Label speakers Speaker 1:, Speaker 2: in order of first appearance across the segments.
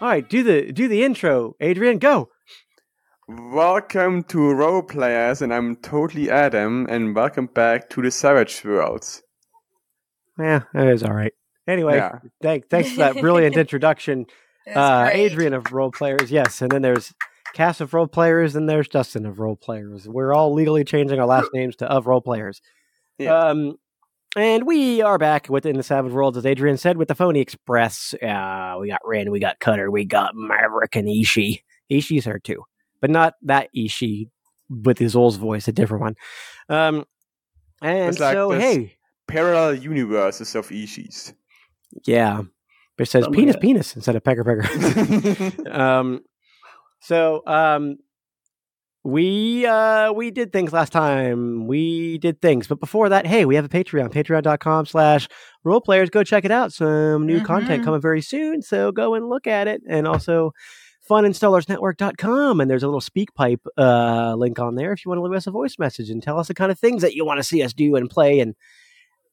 Speaker 1: All right, do the do the intro, Adrian. Go.
Speaker 2: Welcome to Role Players, and I'm totally Adam, and welcome back to the Savage Worlds.
Speaker 1: Yeah, it was all right. Anyway,
Speaker 2: Yeah.
Speaker 1: thank, thanks for that brilliant introduction,
Speaker 3: That's
Speaker 1: uh,
Speaker 3: great.
Speaker 1: Adrian of Role Players. Yes, and then there's Cass of Role Players, and there's Dustin of Role Players. We're all legally changing our last names to of Role Players.
Speaker 2: Yeah.
Speaker 1: Um, and we are back within the Savage Worlds, as Adrian said, with the Phony Express. Uh, we got Ren, we got Cutter, we got Maverick and Ishii. Ishii's her too, but not that Ishii with his old voice, a different one. Um, and
Speaker 2: It's like
Speaker 1: so,
Speaker 2: this-
Speaker 1: hey.
Speaker 2: Parallel universes of Ishis.
Speaker 1: Yeah. But it says
Speaker 3: Something
Speaker 1: penis,
Speaker 3: like that.
Speaker 1: penis instead of pecker, pecker. um, so um, we uh, we did things last time. We did things. But before that, hey, we have a Patreon, patreon.com slash role players. Go check it out. Some new content
Speaker 3: Mhm.
Speaker 1: coming very soon. So go and look at it. And also funinstallersnetwork.com. And there's a little speak pipe uh, link on there if you want to leave us a voice message and tell us the kind of things that you want to see us do and play and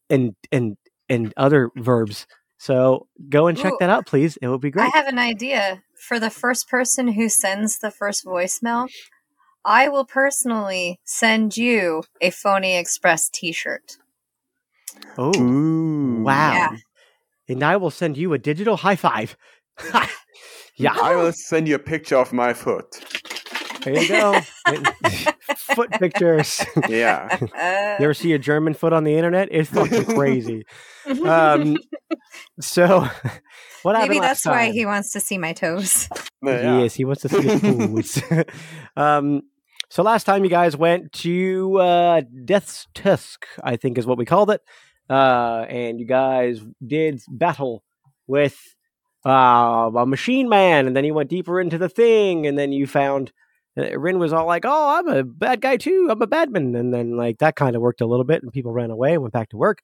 Speaker 1: and and and other verbs. So go and check
Speaker 3: Ooh.
Speaker 1: that out, please. It would be great.
Speaker 3: I have an idea for the first person who sends the first voicemail. I will personally send you a Phony Express T-shirt.
Speaker 1: oh.
Speaker 2: Ooh.
Speaker 1: Wow.
Speaker 3: Yeah.
Speaker 1: And I will send you a digital high five. yeah.
Speaker 2: I will send you a picture of my foot.
Speaker 1: There you go. foot pictures.
Speaker 2: Yeah.
Speaker 1: you ever see a German foot on the internet? It's fucking crazy.
Speaker 3: Uh,
Speaker 1: Um, so, what
Speaker 3: Maybe
Speaker 1: happened last
Speaker 3: that's why
Speaker 1: time?
Speaker 3: he wants to see my toes.
Speaker 2: yeah.
Speaker 1: Yes, he wants to see his boobs. um, so last time you guys went to uh, Death's Tusk, I think is what we called it, uh, and you guys did battle with uh, a machine man, and then you went deeper into the thing, and then you found. uh, Rin was all like, "Oh, I'm a bad guy too. I'm a badman," and then like that kind of worked a little bit, and people ran away and went back to work.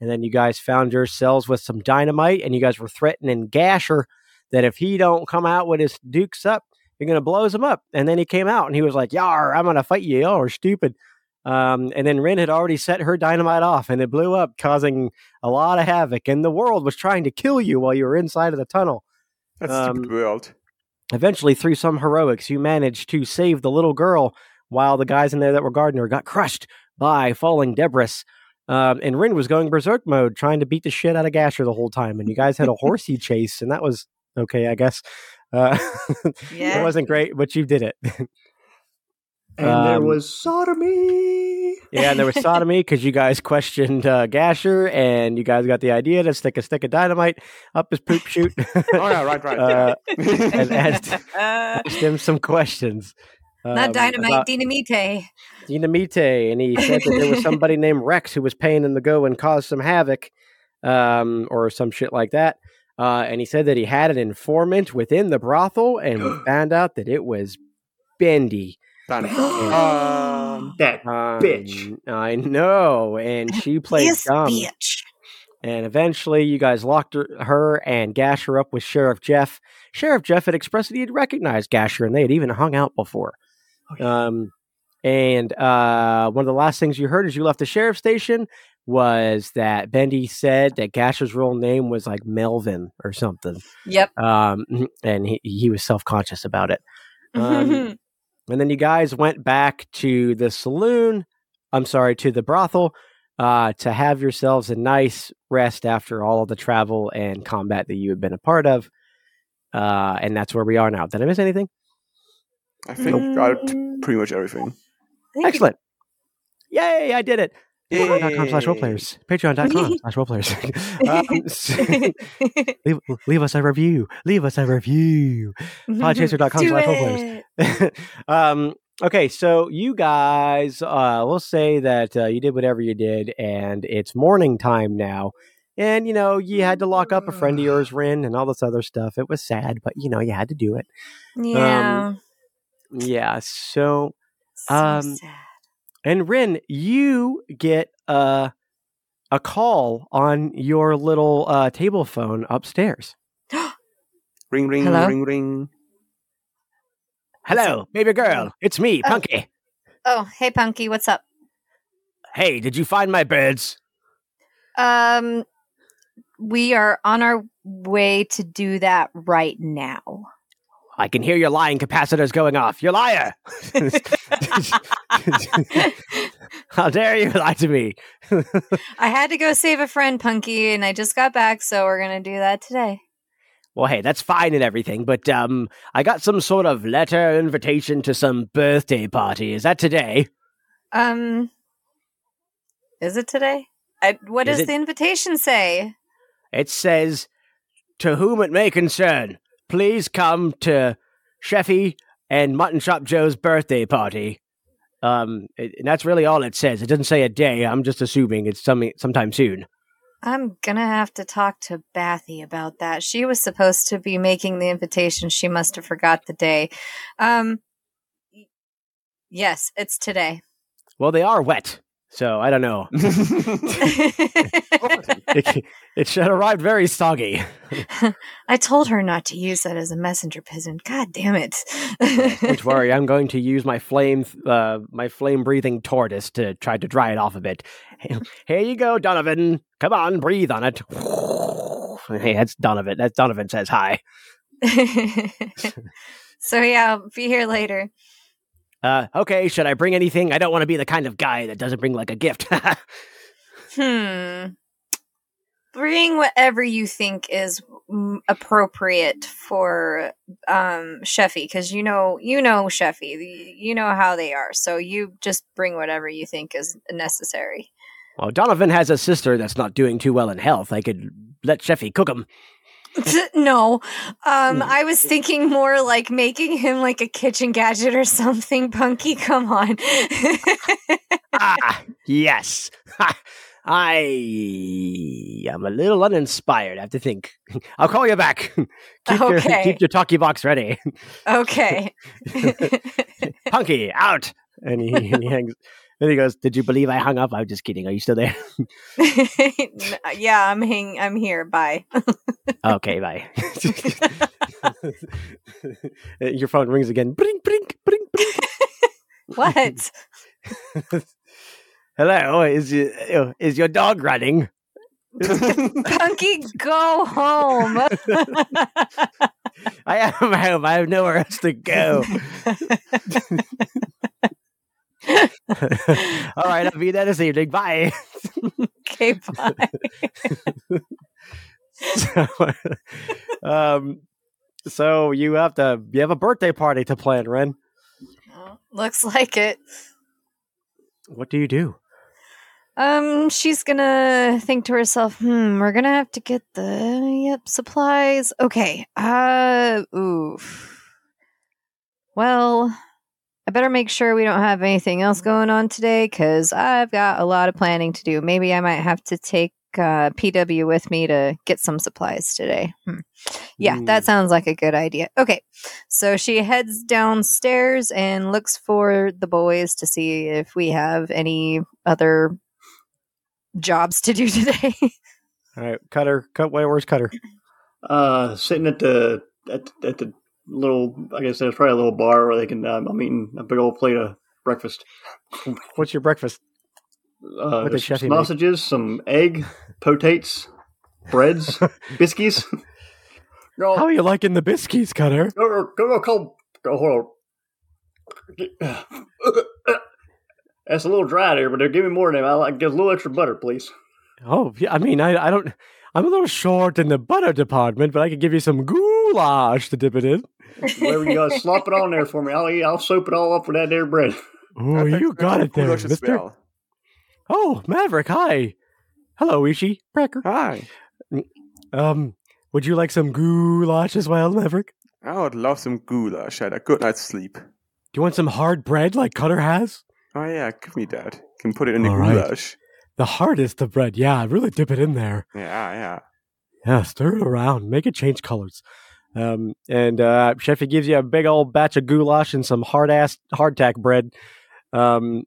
Speaker 1: And then you guys found yourselves with some dynamite, and you guys were threatening Gasher that if he don't come out with his dukes up, you're gonna blows him up. And then he came out and he was like, "Yar, I'm gonna fight you. Y'all are stupid." Um, and then Ren had already set her dynamite off, and it blew up, causing a lot of havoc. And the world was trying to kill you while you were inside of the tunnel.
Speaker 2: That's
Speaker 1: Um,
Speaker 2: stupid world.
Speaker 1: Eventually, through some heroics, you managed to save the little girl, while the guys in there that were guarding her got crushed by falling debris. Um, and Rin was going berserk mode, trying to beat the shit out of Gasher the whole time. And you guys had a horsey chase, and that was okay, I guess. Uh,
Speaker 3: Yeah.
Speaker 1: It wasn't great, but you did it.
Speaker 4: And there
Speaker 1: Um,
Speaker 4: was sodomy.
Speaker 1: yeah, and there was sodomy because you guys questioned uh, Gasher, and you guys got the idea to stick a stick of dynamite up his poop chute.
Speaker 2: Oh, yeah, right, right.
Speaker 1: uh,
Speaker 2: yeah.
Speaker 1: and asked asked him some questions.
Speaker 3: Not
Speaker 1: um,
Speaker 3: dynamite,
Speaker 1: about
Speaker 3: dynamite.
Speaker 1: Dinamite, and he said that there was somebody named Rex who was paying him to go and cause some havoc, um, or some shit like that. Uh, and he said that he had an informant within the brothel, and we found out that it was Bendy.
Speaker 2: Done. Um,
Speaker 4: That
Speaker 1: Um,
Speaker 4: Bitch.
Speaker 1: I know, and she played
Speaker 3: This
Speaker 1: dumb.
Speaker 3: bitch.
Speaker 1: And eventually, you guys locked her, her and Gasher up with Sheriff Jeff. Sheriff Jeff had expressed that he had recognized Gasher, and they had even hung out before. Um, and uh, one of the last things you heard as you left the sheriff's station was that Bendy said that Gasher's real name was like Melvin or something,
Speaker 3: Yep.
Speaker 1: um, and he, he was self conscious about it. Um, And then you guys went back to the saloon. I'm sorry, to the brothel uh, to have yourselves a nice rest after all of the travel and combat that you have been a part of. Uh, and that's where we are now. Did I miss anything?
Speaker 2: I think I got
Speaker 3: Mm-hmm.
Speaker 2: pretty much everything.
Speaker 3: Thank you.
Speaker 1: Excellent. Yay, I did it. Patreon.com slash
Speaker 2: Yay.
Speaker 1: roleplayers. Patreon.com slash roleplayers. um, so- leave, leave us a review. Leave us a review. Podchaser.com
Speaker 3: Do
Speaker 1: slash roleplayers.
Speaker 3: it.
Speaker 1: um, okay, so you guys, uh, we'll say that uh, you did whatever you did, and it's morning time now. And, you know, you had to lock up a friend of yours, Rin, and all this other stuff. It was sad, but, you know, you had to do it.
Speaker 3: Yeah.
Speaker 1: Yeah, so.
Speaker 3: So
Speaker 1: um,
Speaker 3: sad.
Speaker 1: And, Rin, you get uh, a call on your little uh, table phone upstairs.
Speaker 2: Ring, ring,
Speaker 3: Hello?
Speaker 2: ring, ring.
Speaker 1: Hello, baby girl. It's me,
Speaker 3: Oh.
Speaker 1: Punky.
Speaker 3: Oh, hey, Punky, what's up?
Speaker 1: Hey, did you find my birds?
Speaker 3: Um, we are on our way to do that right now.
Speaker 1: I can hear your lying capacitors going off. You liar! How dare you lie to me?
Speaker 3: I had to go save a friend, Punky, and I just got back, so we're gonna do that today.
Speaker 1: Well, hey, that's fine and everything, but um, I got some sort of letter invitation to some birthday party. Is that today?
Speaker 3: Um, is it today? I, what
Speaker 1: Is
Speaker 3: does
Speaker 1: it-
Speaker 3: the invitation say?
Speaker 1: It says, "To whom it may concern, please come to Sheffy and Mutton Shop Joe's birthday party." Um, it- and that's really all it says. It doesn't say a day. I'm just assuming it's some sometime soon.
Speaker 3: I'm gonna have to talk to Bathy about that. She was supposed to be making the invitation. She must have forgot the day. Um, y- yes, it's today.
Speaker 1: Well, they are wet, so I don't know. It, it should arrived very soggy.
Speaker 3: I told her not to use that as a messenger pigeon. God damn it.
Speaker 1: Don't worry, I'm going to use my flame, uh, my flame-breathing tortoise to try to dry it off a bit. Here you go, Donovan. Come on, breathe on it. Hey, that's Donovan. That's Donovan says hi.
Speaker 3: so yeah, I'll be here later.
Speaker 1: Uh, okay, should I bring anything? I don't want to be the kind of guy that doesn't bring like a gift.
Speaker 3: Hmm. Bring whatever you think is mm, appropriate for um Sheffy cuz you know you know Sheffy. Y- You know how they are. So you just bring whatever you think is necessary.
Speaker 1: well, Donovan has a sister that's not doing too well in health. I could let Sheffy cook him.
Speaker 3: no. Um I was thinking more like making him like a kitchen gadget or something punky. Come on.
Speaker 1: ah, yes. Ha, I am a little uninspired. I have to think. I'll call you back. keep, your,
Speaker 3: Okay.
Speaker 1: keep your talkie box ready.
Speaker 3: okay.
Speaker 1: Punky, out. And he, and he hangs. And he goes, Did you believe I hung up? I'm just kidding. Are you still there?
Speaker 3: N- yeah, I'm hang- I'm here. Bye.
Speaker 1: okay, bye. your phone rings again. Brink, brink, brink, brink.
Speaker 3: What?
Speaker 1: Hello, is your, is your dog running?
Speaker 3: Punky, go home.
Speaker 1: I am home. I have nowhere else to go. All right, I'll be there this evening. Bye.
Speaker 3: okay, bye.
Speaker 1: So, um, so you have to you have a birthday party to plan, Ren.
Speaker 3: Looks like it.
Speaker 1: What do you do?
Speaker 3: Um, she's gonna think to herself, "Hmm, we're gonna have to get the yep supplies." Okay. Uh, oof. Well, I better make sure we don't have anything else going on today because I've got a lot of planning to do. Maybe I might have to take uh, PW with me to get some supplies today. Hmm. Yeah, that
Speaker 1: Mm.
Speaker 3: sounds like a good idea. Okay, so she heads downstairs and looks for the boys to see if we have any other jobs to do today.
Speaker 1: All right, Cutter. Cut. Wait, where's Cutter?
Speaker 4: Uh, sitting at the at, at the little, I guess there's probably a little bar where they can. Um, I'm eating a big old plate of breakfast.
Speaker 1: What's your breakfast?
Speaker 4: Uh,
Speaker 1: What does
Speaker 4: there's some
Speaker 1: Chefy make?
Speaker 4: sausages, some egg, potates, breads, biscuits. Girl,
Speaker 1: How are you liking the biscuits, Cutter?
Speaker 4: go go go call go hold on. That's a little dry there, but they're giving me more than I like. Get a little extra butter, please.
Speaker 1: Oh, yeah. I mean, I, I don't. I'm a little short in the butter department, but I could give you some goulash to dip it in.
Speaker 4: Whatever you got, slop it on there for me. I'll eat. I'll soap it all up with that there bread.
Speaker 1: Oh, you got it there,
Speaker 2: Goulash as
Speaker 1: Mister.
Speaker 2: well.
Speaker 1: Oh, Maverick. Hi. Hello, Ishi. Cracker.
Speaker 2: Hi.
Speaker 1: Um, would you like some goulash as well, Maverick?
Speaker 2: I would love some goulash. I had a good night's sleep.
Speaker 1: Do you want some hard bread like Cutter has?
Speaker 2: Oh yeah, give me that. Can put it in the
Speaker 1: All right.
Speaker 2: goulash.
Speaker 1: The hardest of bread, yeah. Really dip it in there.
Speaker 2: Yeah, yeah.
Speaker 1: Yeah, stir it around, make it change colors. Um, and uh, Sheffy gives you a big old batch of goulash and some hard ass hardtack bread. Um,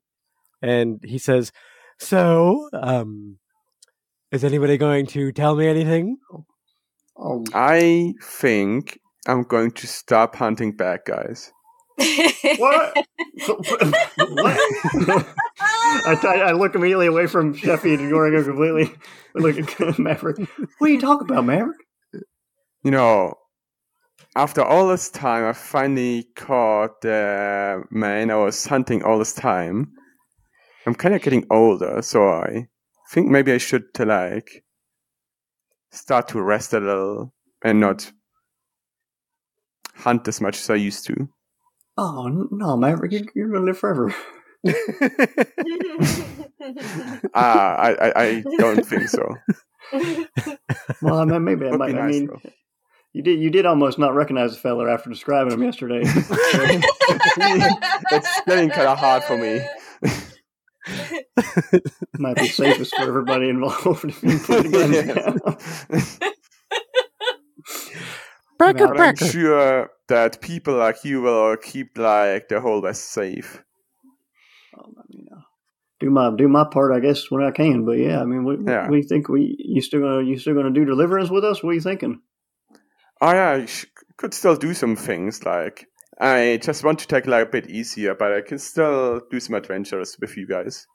Speaker 1: and he says, "So, um, is anybody going to tell me anything?"
Speaker 4: Oh,
Speaker 2: I think I'm going to stop hunting bad guys.
Speaker 4: what? what? I try- I look immediately away from Sheffy and Goringo completely. I Look at Maverick. What are you talking about, Maverick?
Speaker 2: You know, after all this time, I finally caught the man I was hunting all this time. I'm kind of getting older, so I think maybe I should uh, like start to rest a little and not hunt as much as I used to.
Speaker 4: Oh n- no, man! You're, you're gonna live forever.
Speaker 2: Ah, I, I, I don't think so.
Speaker 4: Well, I mean, maybe I
Speaker 2: Would
Speaker 4: might.
Speaker 2: be
Speaker 4: I
Speaker 2: nice,
Speaker 4: mean,
Speaker 2: though.
Speaker 4: you did you did almost not recognize the fella after describing him yesterday.
Speaker 2: That's getting kinda hard for me.
Speaker 4: might be safest for everybody involved. if you put the guns down.
Speaker 1: Breaker,
Speaker 2: but I'm
Speaker 1: breaker.
Speaker 2: sure that people like you will keep like the whole West safe.
Speaker 4: Um, I mean, uh, do my do my part, I guess, when I can. But yeah, I mean, what,
Speaker 2: Yeah.
Speaker 4: what do you think? We you still gonna you still gonna do deliverance with us? What are you thinking?
Speaker 2: I, I Oh, sh- could still do some things like I just want to take like a bit easier, but I can still do some adventures with you guys.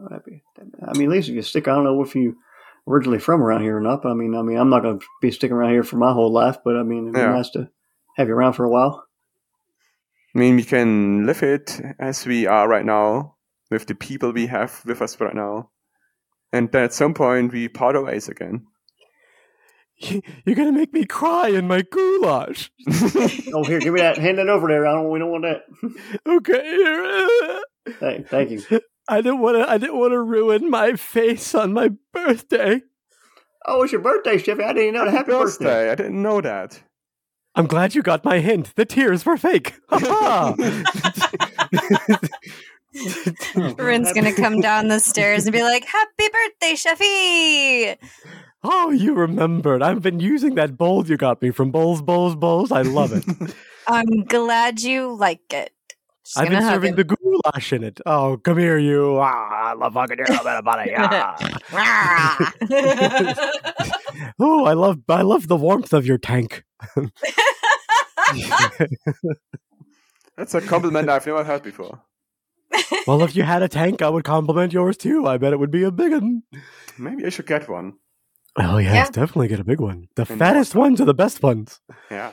Speaker 4: Oh, that'd be- that'd be- I mean, at least if you stick, I don't know if you originally from around here or not. But I mean, I mean, I'm not gonna be sticking around here for my whole life. But I mean, it'd be
Speaker 2: Yeah.
Speaker 4: nice to have you around for a while.
Speaker 2: I mean, we can live it as we are right now with the people we have with us right now, and then at some point we part our ways again.
Speaker 1: You're gonna make me cry in my goulash.
Speaker 4: Oh, here, give me that. Hand that over there. I don't. We don't want that.
Speaker 1: Okay.
Speaker 4: Thank, thank you.
Speaker 1: I didn't want to. I didn't want to ruin my face on my birthday.
Speaker 4: Oh, it's your birthday, Chevy. I didn't even know. that. Happy birthday.
Speaker 2: uh, I didn't know that.
Speaker 1: I'm glad you got my hint. The tears were fake. Ha
Speaker 4: Oh,
Speaker 3: Rin's
Speaker 4: happy-
Speaker 3: gonna come down the stairs and be like, "Happy birthday, Chefy!"
Speaker 1: Oh, you remembered. I've been using that bowl you got me from Bowls, Bowls, Bowls. I love it.
Speaker 3: I'm glad you like it. She's
Speaker 1: I've
Speaker 3: gonna
Speaker 1: been
Speaker 3: hug
Speaker 1: serving the goulash in it. Oh, come here, you. Ah, I love fucking you. I'm out of money. Ah.
Speaker 3: him.
Speaker 1: Oh, I love, I love the warmth of your tank.
Speaker 2: That's a compliment I've never heard before.
Speaker 1: Well, if you had a tank, I would compliment yours too. I bet it would be a big one.
Speaker 2: Maybe I should get one.
Speaker 1: Oh yes,
Speaker 3: Yeah.
Speaker 1: definitely get a big one. The
Speaker 2: And-
Speaker 1: fattest ones are the best ones.
Speaker 2: Yeah.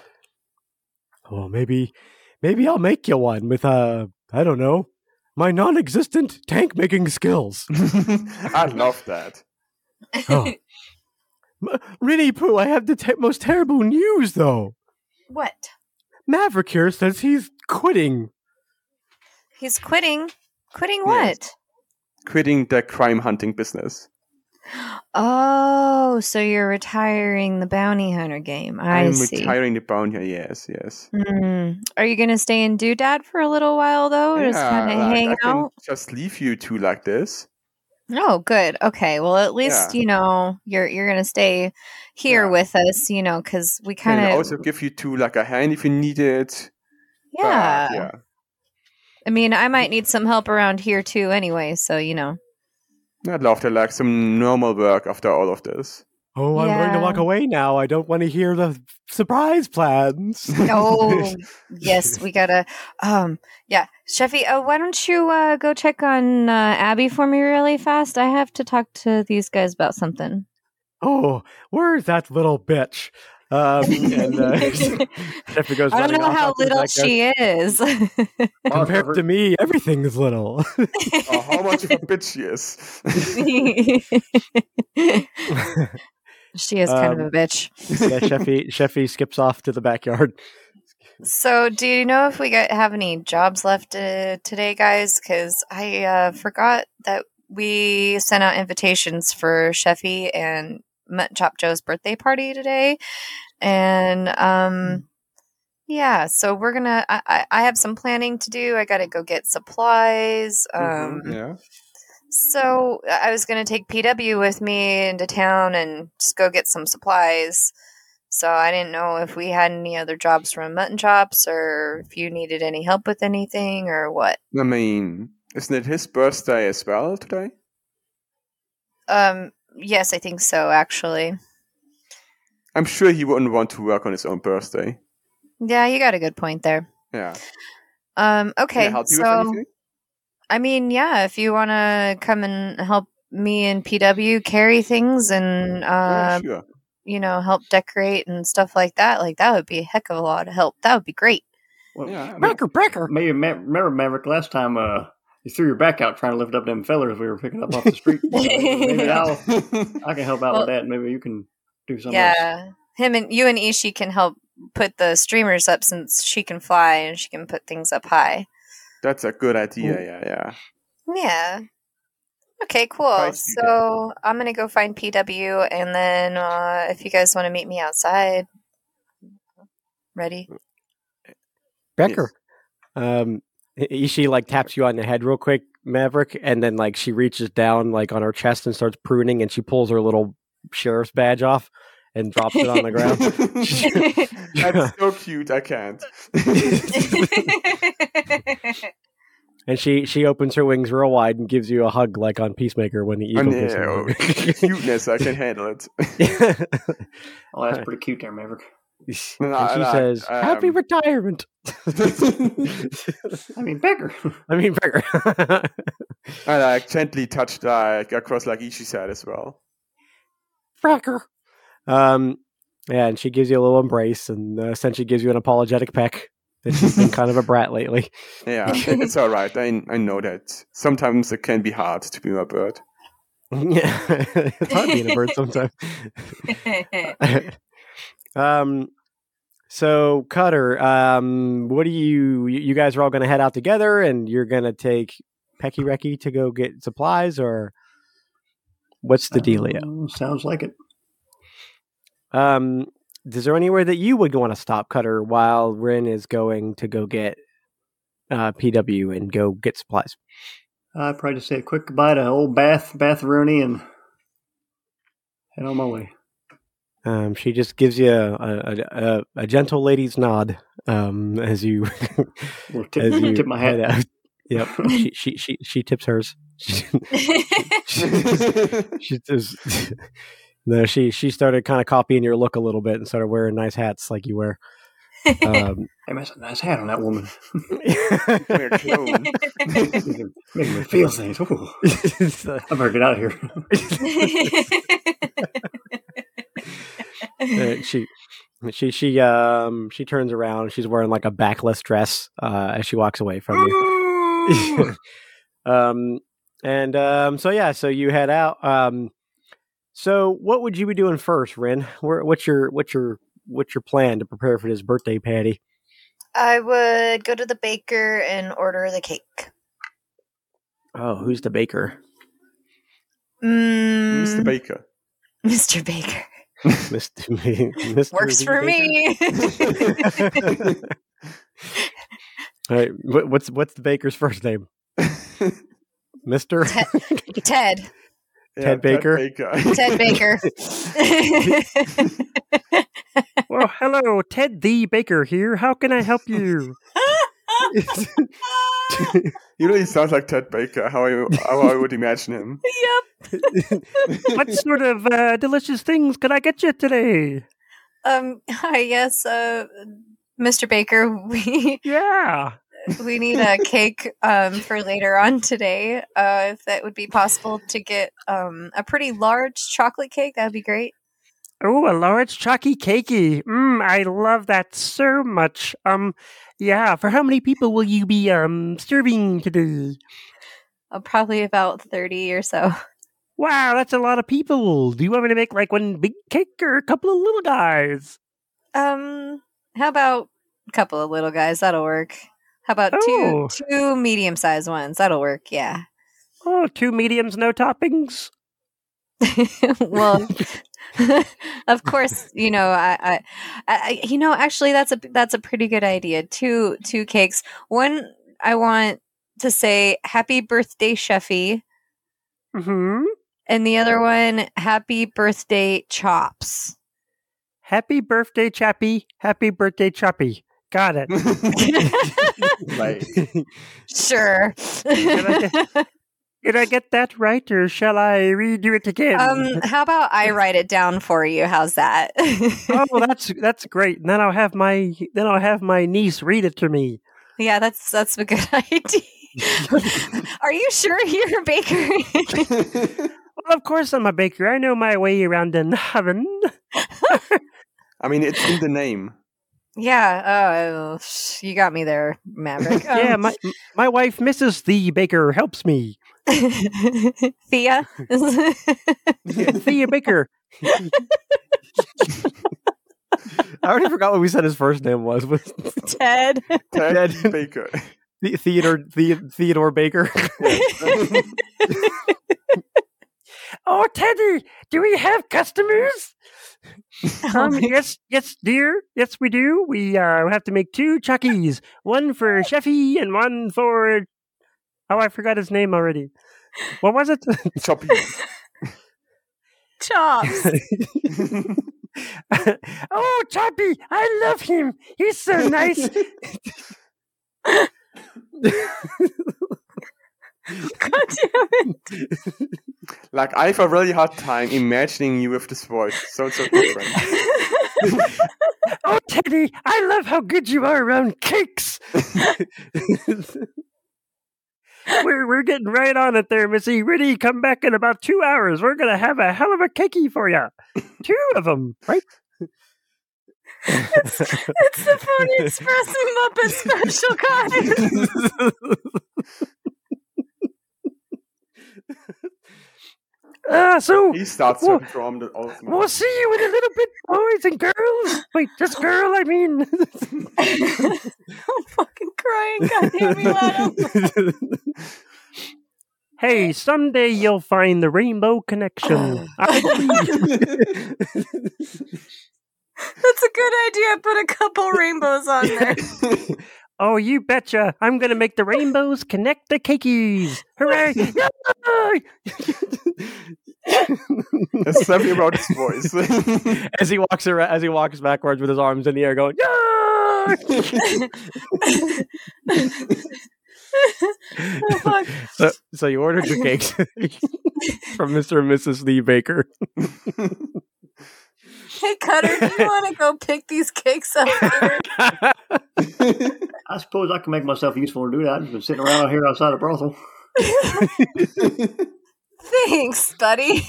Speaker 1: Well, Oh, maybe, maybe I'll make you one with uh, I don't know, my non-existent tank making skills.
Speaker 2: I love that.
Speaker 1: Oh. M- Rinny Poo, I have the te- most terrible news though.
Speaker 3: what?
Speaker 1: Maverick here says he's quitting.
Speaker 3: He's quitting. Quitting
Speaker 2: Yes.
Speaker 3: what?
Speaker 2: Quitting the crime hunting business.
Speaker 3: Oh, so you're retiring the bounty hunter game. I
Speaker 2: am
Speaker 3: see.
Speaker 2: retiring the bound here. Yes, yes.
Speaker 3: Hmm. Are you gonna stay in Doodad for a little while though, or just kind of
Speaker 2: like,
Speaker 3: hang
Speaker 2: I can
Speaker 3: out?
Speaker 2: just leave you two like this.
Speaker 3: Oh, good. Okay. Well, at least
Speaker 2: Yeah.
Speaker 3: you know you're you're gonna stay here
Speaker 2: Yeah.
Speaker 3: with us. You know, because we
Speaker 2: Can
Speaker 3: kind of
Speaker 2: also give you two like a hand if you need it.
Speaker 1: uh,
Speaker 2: but,
Speaker 3: yeah.
Speaker 2: yeah.
Speaker 3: I mean, I might need some help around here too, anyway. So you know.
Speaker 2: I'd love to like some normal work after all of this.
Speaker 1: Oh, I'm going to
Speaker 3: Yeah.
Speaker 1: walk away now. I don't want to hear the surprise plans.
Speaker 3: Oh, yes, we gotta. Um, yeah, Sheffy. Uh, why don't you uh, go check on uh, Abby for me really fast? I have to talk to these guys about something.
Speaker 1: oh, where's that little bitch? Um, and uh, Jeffrey goes.
Speaker 3: I
Speaker 1: running
Speaker 3: don't know
Speaker 1: off
Speaker 3: how
Speaker 1: after the
Speaker 3: little
Speaker 1: black guy.
Speaker 3: she is.
Speaker 1: Compared to me, everything is little.
Speaker 2: Oh, how much of a bitch she is.
Speaker 3: she is kind of
Speaker 1: Um,
Speaker 3: a bitch.
Speaker 1: yeah, Sheffy Sheffy skips off to the backyard.
Speaker 3: So, do you know if we got have any jobs left uh, today, guys? Because I uh, forgot that we sent out invitations for Sheffy and Mutt Chop Joe's birthday party today, and um, yeah, so we're gonna. I, I, I have some planning to do. I gotta go get supplies. Um,
Speaker 2: Mhm, yeah.
Speaker 3: so I was gonna take PW with me into town and just go get some supplies. So I didn't know if we had any other jobs from Mutton Chops or if you needed any help with anything or what.
Speaker 2: I mean, isn't it his birthday as well today?
Speaker 3: Um yes, I think so actually.
Speaker 2: I'm sure he wouldn't want to work on his own birthday.
Speaker 3: Yeah, you got a good point there.
Speaker 2: Yeah.
Speaker 3: Um
Speaker 2: Can I
Speaker 3: okay.
Speaker 2: help you with
Speaker 3: so
Speaker 2: anything?
Speaker 3: I mean, yeah, if you want to come and help me and PW carry things and
Speaker 2: Yeah,
Speaker 3: uh
Speaker 2: sure.
Speaker 3: you know, help decorate and stuff like that, like that would be a heck of a lot of help. That would be great.
Speaker 1: Oh.
Speaker 4: Well,
Speaker 2: Yeah, I mean,
Speaker 1: Breaker, breaker.
Speaker 4: maybe Ma- remember Maverick last time uh, you threw your back out trying to lift up them fellers we were picking up off the street. So maybe I'll I can help out
Speaker 3: Well-
Speaker 4: with that. Maybe you can do something. Else.
Speaker 3: Yeah. Him and you and Ishi can help put the streamers up since she can fly and she can put things up high.
Speaker 2: That's a good
Speaker 1: Oh.
Speaker 2: idea. Yeah, yeah.
Speaker 3: Yeah. Okay, cool.
Speaker 2: Price you
Speaker 3: So I'm going to go find PW and then uh, if you guys want to meet me outside, ready?
Speaker 1: Becker. Um, I- Ishii like taps you on the head real quick, Maverick, and then like she reaches down like on her chest and starts pruning, and she pulls her little sheriff's badge off and drops it on the ground.
Speaker 2: That's so cute. I can't.
Speaker 1: and she she opens her wings real wide and gives you a hug like on Peacemaker when the eagle
Speaker 2: And,
Speaker 1: gives him a
Speaker 2: uh,
Speaker 1: hug.
Speaker 2: cuteness, I can handle it.
Speaker 4: Oh, that's
Speaker 1: Alright.
Speaker 4: pretty cute there, Maverick.
Speaker 1: and she
Speaker 2: No, I like,
Speaker 1: says, "Happy
Speaker 2: um,
Speaker 1: retirement."
Speaker 4: I mean, Becker.
Speaker 1: I mean, Becker.
Speaker 2: I like gently touched like across like Ishi said as well.
Speaker 1: Becker. Um, yeah, and she gives you a little embrace and uh, essentially gives you an apologetic peck. That she's been kind of a brat lately.
Speaker 2: Yeah, it's all right. I I know that sometimes it can be hard to be my bird.
Speaker 1: Yeah, it's hard being a bird sometimes. um, so Cutter, um, what do you? You guys are all going to head out together, and you're going to take Pecky Recky to go get supplies, or what's the dealio?
Speaker 4: Um, sounds like it.
Speaker 1: Um, is there anywhere that you would want to stop Cutter while Rin is going to go get uh, PW and go get supplies?
Speaker 4: I probably just say a quick goodbye to old Bath Bath Rooney and head on my way.
Speaker 1: Um, she just gives you a, a, a, a gentle lady's nod um, as you
Speaker 4: Well, tip,
Speaker 1: as you
Speaker 4: tip my hat.
Speaker 1: head out. Yep, she, she she she tips hers. She, she, she tips. No, she she started kind of copying your look a little bit and started wearing nice hats like you wear. Um,
Speaker 4: Hey, that's a nice hat on that woman.
Speaker 2: We're a clone.
Speaker 4: Making me feel things. Ooh, I better get out of here.
Speaker 1: Uh, she she she um she turns around she's wearing like a backless dress uh as she walks away from you
Speaker 3: Oh.
Speaker 1: um and um so yeah so you head out um so what would you be doing first ren Where, what's your what's your what's your plan to prepare for this birthday patty
Speaker 3: I would go to the baker and order the cake.
Speaker 1: oh who's the baker
Speaker 3: Mm,
Speaker 2: Mr. Baker.
Speaker 3: Mr. Baker.
Speaker 1: mr, mr.
Speaker 3: Works
Speaker 1: the
Speaker 3: for
Speaker 1: baker?
Speaker 3: me.
Speaker 1: all right what, what's what's the baker's first name mr
Speaker 3: Ted.
Speaker 2: Yeah,
Speaker 1: Ted Baker?
Speaker 2: Baker.
Speaker 3: Ted Baker.
Speaker 1: Well, hello, Ted the Baker here. How can I help you?
Speaker 2: he really sounds like Ted Baker. How I how I would imagine him.
Speaker 3: yep.
Speaker 1: what sort of uh, delicious things could I get you today?
Speaker 3: Um hi, yes, uh Mr. Baker, we
Speaker 1: Yeah.
Speaker 3: we need a cake um for later on today. Uh if that would be possible to get um a pretty large chocolate cake, that'd be great.
Speaker 5: Oh, a large chalky cakey. Mmm, I love that so much. Um, yeah, for how many people will you be, um, serving today?
Speaker 3: Uh, probably about 30 or so.
Speaker 5: Wow, that's a lot of people. Do you want me to make, like, one big cake or a couple of little guys?
Speaker 3: Um, how about a couple of little guys? That'll work. How about
Speaker 5: Oh.
Speaker 3: two two medium sized ones? That'll work. Yeah.
Speaker 5: Oh, two mediums, no toppings?
Speaker 3: well, of course, you know I, I, I, you know, actually, that's a that's a pretty good idea. Two two cakes. One, I want to say happy birthday, Chefy,
Speaker 5: Mm-hmm.
Speaker 3: and the other one, happy birthday, Chops.
Speaker 5: Happy birthday, Chappy. Happy birthday, Choppy. Got it.
Speaker 4: Like,
Speaker 3: Sure.
Speaker 5: Did I get that right, or shall I redo it again?
Speaker 3: Um, how about I write it down for you? How's that?
Speaker 5: oh, that's that's great. And then I'll have my then I'll have my niece read it to me.
Speaker 3: yeah, that's that's a good idea. Are you sure you're a baker?
Speaker 5: Well, of course I'm a baker. I know my way around an oven.
Speaker 2: I mean, it's in the name.
Speaker 3: Yeah, oh, sh- you got me there, Maverick.
Speaker 6: yeah,
Speaker 3: Um,
Speaker 6: my my wife, Mrs. The Baker, helps me.
Speaker 3: Thea.
Speaker 6: Thea Baker.
Speaker 1: I already forgot what we said his first name was. Was
Speaker 3: Ted.
Speaker 2: Ted
Speaker 1: Ted.
Speaker 2: Baker.
Speaker 1: The- Theodore the- Theodore Baker?
Speaker 6: Oh, Teddy, do we have customers? Um, yes, yes, dear. Yes, we do. We uh, have to make two Chuckies. One for Chefy and one for. Oh, I forgot his name already. What was it?
Speaker 2: Choppy.
Speaker 3: Chops.
Speaker 6: oh, Choppy! I love him. He's so nice.
Speaker 3: God damn it.
Speaker 2: like, I have a really hard time imagining you with this voice. Sounds so different.
Speaker 6: Oh, Teddy! I love how good you are around cakes. We're we're getting right on it there, Missy. Ready? Come back in about two hours. We're gonna have a hell of a cakey for you. Two of them, right?
Speaker 3: it's, it's the Pony Express and Muppet special, guys.
Speaker 6: Uh, so
Speaker 2: He starts
Speaker 6: Well-
Speaker 2: to drum the old
Speaker 6: we'll see you in a little bit, boys and girls. Wait, just girl, I mean.
Speaker 3: I'm fucking crying. God damn you, Adam.
Speaker 6: hey, someday you'll find the rainbow connection. I believe.
Speaker 3: That's a good idea. Put a couple rainbows on there.
Speaker 6: Oh, you betcha! I'm gonna make the rainbows connect the cakeys. Hooray! Yay!
Speaker 2: There's something about his voice.
Speaker 1: as he walks around, as he walks backwards with his arms in the air, going,
Speaker 6: Yay!
Speaker 3: oh, fuck.
Speaker 1: So, so you ordered your cakes from Mr. and Mrs. Lee Baker.
Speaker 3: Hey, Cutter, do you want to go pick these cakes up? later?
Speaker 4: I suppose I can make myself useful and do that. I've just been sitting around out here outside a brothel.
Speaker 3: Thanks, buddy.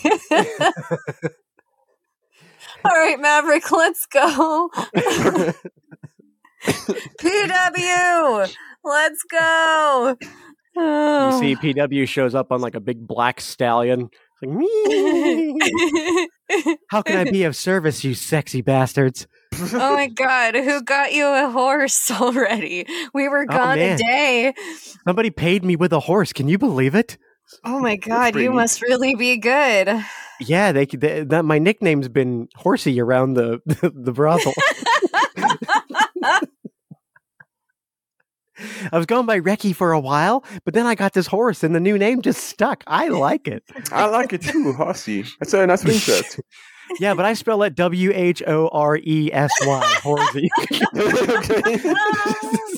Speaker 3: All right, Maverick, let's go. PW, let's go.
Speaker 1: You
Speaker 3: Oh.
Speaker 1: see, PW shows up on like a big black stallion. It's like, "Meow. how can I be of service, you sexy bastards?
Speaker 3: oh my god, who got you a horse already? We were
Speaker 1: Oh,
Speaker 3: gone a
Speaker 1: man.
Speaker 3: day.
Speaker 1: Somebody paid me with a horse. Can you believe it?
Speaker 3: Oh my god,
Speaker 2: pretty
Speaker 3: you
Speaker 2: neat.
Speaker 3: must really be good.
Speaker 1: Yeah, they, they that my nickname's been horsey around the the, brothel. I was going by Reki for a while, but then I got this horse, and the new name just stuck. I like it.
Speaker 2: I like it too, horsey. That's a nice wing shirt.
Speaker 1: Yeah, but I spell it W H O R E S Y, horsey.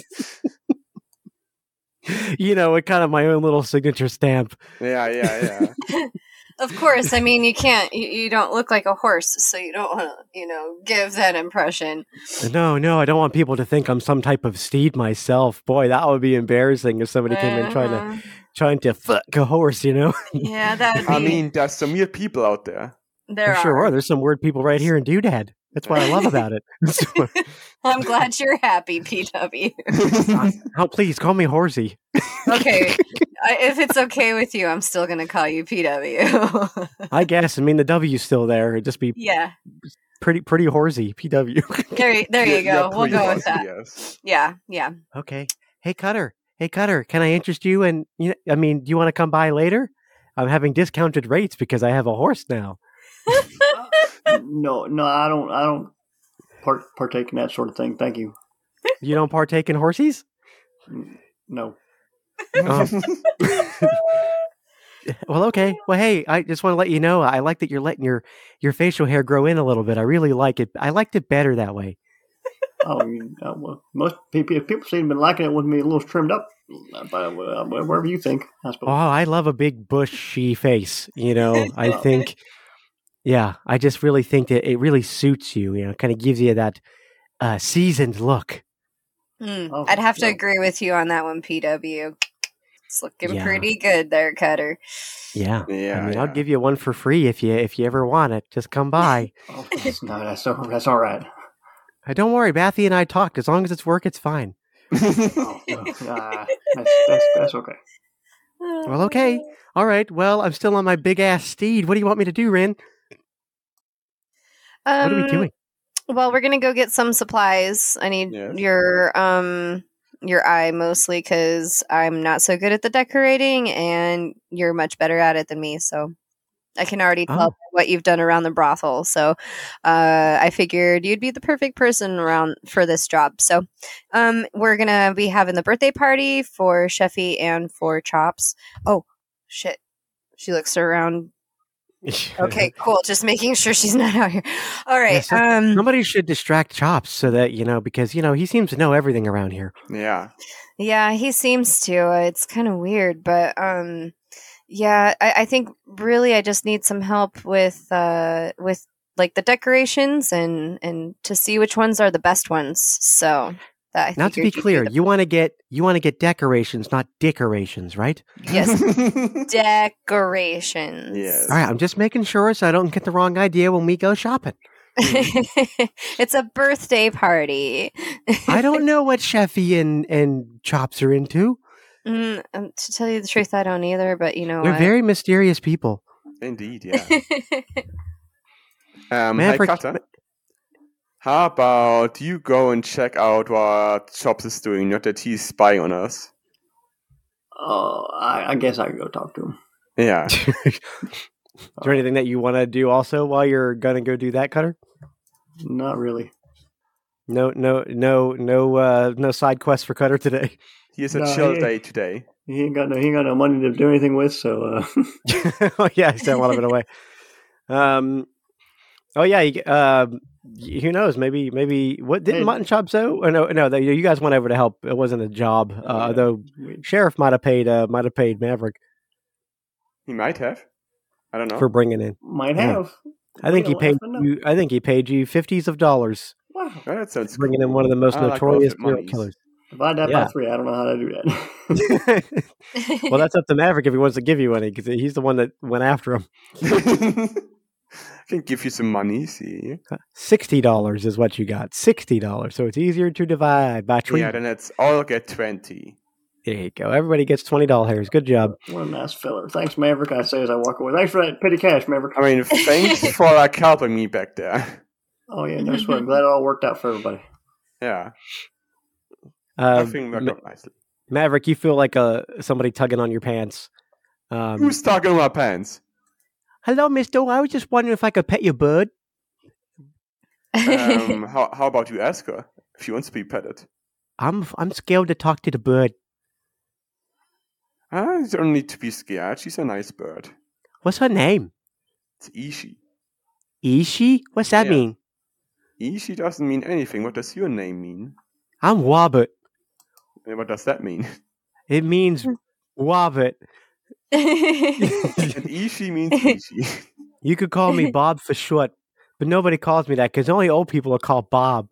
Speaker 2: okay.
Speaker 1: you know, it kind of my own little signature stamp.
Speaker 2: Yeah, yeah, yeah.
Speaker 3: Of course, I mean you can't you, you don't look like a horse, so you don't want to, you know, give that impression.
Speaker 1: No, no, I don't want people to think I'm some type of steed myself. Boy, that would be embarrassing if somebody came in trying to
Speaker 3: Uh-huh.
Speaker 1: trying to fuck a horse. You know,
Speaker 3: Yeah, that would be
Speaker 2: I mean, there's some weird people out there.
Speaker 3: there
Speaker 1: sure
Speaker 3: are.
Speaker 1: are. There's some weird people right here in Doodad. That's what I love about it.
Speaker 3: I'm glad you're happy, PW.
Speaker 1: oh, please call me horsey.
Speaker 3: Okay. I, if it's okay with you, I'm still going to call you PW.
Speaker 1: I guess. I mean, the W's still there. It'd just be
Speaker 3: yeah.
Speaker 1: pretty, pretty horsey. PW.
Speaker 3: There y- there you
Speaker 2: Yeah,
Speaker 3: go. We'll
Speaker 2: pretty
Speaker 3: go with
Speaker 2: horsey,
Speaker 3: that.
Speaker 2: Yes.
Speaker 3: Yeah. Yeah.
Speaker 1: okay. Hey, Cutter. Hey, Cutter. Can I interest you? And you know, I mean, do you want to come by later? I'm having discounted rates because I have a horse now.
Speaker 4: No, no, I don't. I don't part, partake in that sort of thing. Thank you.
Speaker 1: You don't partake in horses?
Speaker 4: No.
Speaker 1: Oh. Well, okay. Well, hey, I just want to let you know I like that you're letting your your facial hair grow in a little bit. I really like it. I liked it better that way.
Speaker 4: Oh, you, uh, well, most people, if people seem to be liking it with me a little trimmed up, uh, but, uh, wherever you think, I
Speaker 1: Oh,
Speaker 4: suppose.
Speaker 1: I love a big bushy face. You know, I think, yeah, I just really think that it really suits you. You know, kind of gives you that uh, seasoned look.
Speaker 3: Mm,
Speaker 4: Oh,
Speaker 3: I'd have to
Speaker 4: yeah.
Speaker 3: agree with you on that one, PW. It's looking
Speaker 1: Yeah.
Speaker 3: pretty good there, Cutter.
Speaker 1: Yeah.
Speaker 2: Yeah,
Speaker 1: I mean,
Speaker 2: yeah.
Speaker 1: I'll give you one for free if you if you ever want it. Just come by.
Speaker 4: Oh, that's- no, that's, all- that's all right.
Speaker 1: Uh, Don't worry, Bathy and I talked. As long as it's work, it's fine.
Speaker 4: Oh, no, nah, that's, that's, that's okay.
Speaker 1: Well, okay. All right. Well, I'm still on my big ass steed. What do you want me to do, Rin?
Speaker 3: Um,
Speaker 2: Uh,
Speaker 1: What are we doing?
Speaker 3: Well, we're gonna go get some supplies. I need
Speaker 2: Yes.
Speaker 3: your um your eye mostly because I'm not so good at the decorating, and you're much better at it than me. So I can already tell
Speaker 1: Oh.
Speaker 3: by what you've done around the brothel. So uh, I figured you'd be the perfect person around for this job. So um, we're gonna be having the birthday party for Sheffy and for Chops. Oh shit! She looks around. Okay, cool. Just making sure she's not out here. All right.
Speaker 1: so-
Speaker 3: um,
Speaker 1: Somebody should distract Chops so that you know because you know he seems to know everything around here.
Speaker 2: yeah.
Speaker 3: Yeah, he seems to. uh, It's kind of weird, but um, yeah, I, I think really I just need some help with uh with like the decorations and and to see which ones are the best ones. So that I
Speaker 1: Now, to
Speaker 3: figured
Speaker 1: be
Speaker 3: you'd
Speaker 1: clear,
Speaker 3: the
Speaker 1: you want to get you want to get decorations, not decorations, right?
Speaker 3: Yes.
Speaker 2: Yes.
Speaker 3: decorations.
Speaker 2: Yes.
Speaker 1: All right. I'm just making sure so I don't get the wrong idea when we go shopping.
Speaker 3: it's a birthday party.
Speaker 1: I don't know what Sheffy and and Chops are into.
Speaker 3: Mm, um, to tell you the truth, I don't either. But you know
Speaker 1: They're
Speaker 3: what?
Speaker 1: very mysterious people.
Speaker 2: Indeed, yeah. Um,
Speaker 1: Man,
Speaker 2: hey,
Speaker 1: for-
Speaker 2: Cutter. How about you go and check out what Chops is doing, not that he's spying on us.
Speaker 4: Oh, I, I guess I can go talk to him.
Speaker 2: Yeah.
Speaker 1: Is there anything that you want to do also while you're gonna go do that, Cutter?
Speaker 4: Not really.
Speaker 1: No, no, no, no, uh, no side quest for Cutter today.
Speaker 2: He is a
Speaker 4: No,
Speaker 2: chill
Speaker 4: he-
Speaker 2: day today.
Speaker 4: He ain't got no, he ain't got no money to do anything with. So, uh,
Speaker 1: oh yeah, I sent one of it away. Um, oh yeah, you, uh, who knows? Maybe, maybe what didn't
Speaker 4: Hey.
Speaker 1: Mutton Chop so? Or no, no, they, you guys went over to help. It wasn't a job, uh,
Speaker 4: Yeah.
Speaker 1: though. Sheriff might have paid, uh, might have paid Maverick
Speaker 2: He might have. I don't know.
Speaker 1: for bringing in.
Speaker 4: might
Speaker 1: Yeah.
Speaker 4: have.
Speaker 1: I think he
Speaker 4: Yeah, well,
Speaker 1: paid
Speaker 4: I don't know.
Speaker 1: you. I think he paid you fifties of dollars
Speaker 4: Wow.
Speaker 2: Oh, that sounds
Speaker 1: for bringing in
Speaker 2: cool.
Speaker 1: one of the most
Speaker 2: I like
Speaker 1: notorious
Speaker 2: outfit
Speaker 1: serial
Speaker 2: monies.
Speaker 1: killers.
Speaker 4: Divide that
Speaker 1: Yeah.
Speaker 4: by three. I don't know how to do that.
Speaker 1: well, that's up to Maverick if he wants to give you any, because he's the one that went after him.
Speaker 2: I can give you some money, see?
Speaker 1: Sixty dollars is what you got. Sixty dollars, so it's easier to divide by three.
Speaker 2: Yeah, then it's all get 20.
Speaker 1: there you go. Everybody gets twenty dollars. Good job.
Speaker 4: what a nice feller. Thanks, Maverick. I say as I walk away. Thanks for that petty cash, Maverick.
Speaker 2: I mean, thanks for like helping me back there.
Speaker 4: Oh yeah, no sweat. I'm glad it all worked out for everybody.
Speaker 2: Yeah,
Speaker 1: Uh,
Speaker 2: everything worked
Speaker 1: Ma-
Speaker 2: out nicely.
Speaker 1: Maverick, you feel like uh, somebody tugging on your pants. Um,
Speaker 2: Who's talking about pants?
Speaker 1: Hello, Mister. I was just wondering if I could pet your bird.
Speaker 2: Um, how, how about you ask her if she wants to be petted?
Speaker 1: I'm I'm scared to talk to the bird.
Speaker 2: Ah, you don't need to be scared. She's a nice bird.
Speaker 1: What's her name?
Speaker 2: It's Ishi.
Speaker 1: Ishi? What's that
Speaker 2: Yeah.
Speaker 1: mean?
Speaker 2: Ishi doesn't mean anything. What does your name mean?
Speaker 1: I'm Wobbit.
Speaker 2: And What does that mean?
Speaker 1: It means
Speaker 2: Hmm.
Speaker 1: Wobbit.
Speaker 2: and Ishi means Ishi.
Speaker 1: you could call me Bob for short, but nobody calls me that because only old people are called Bob.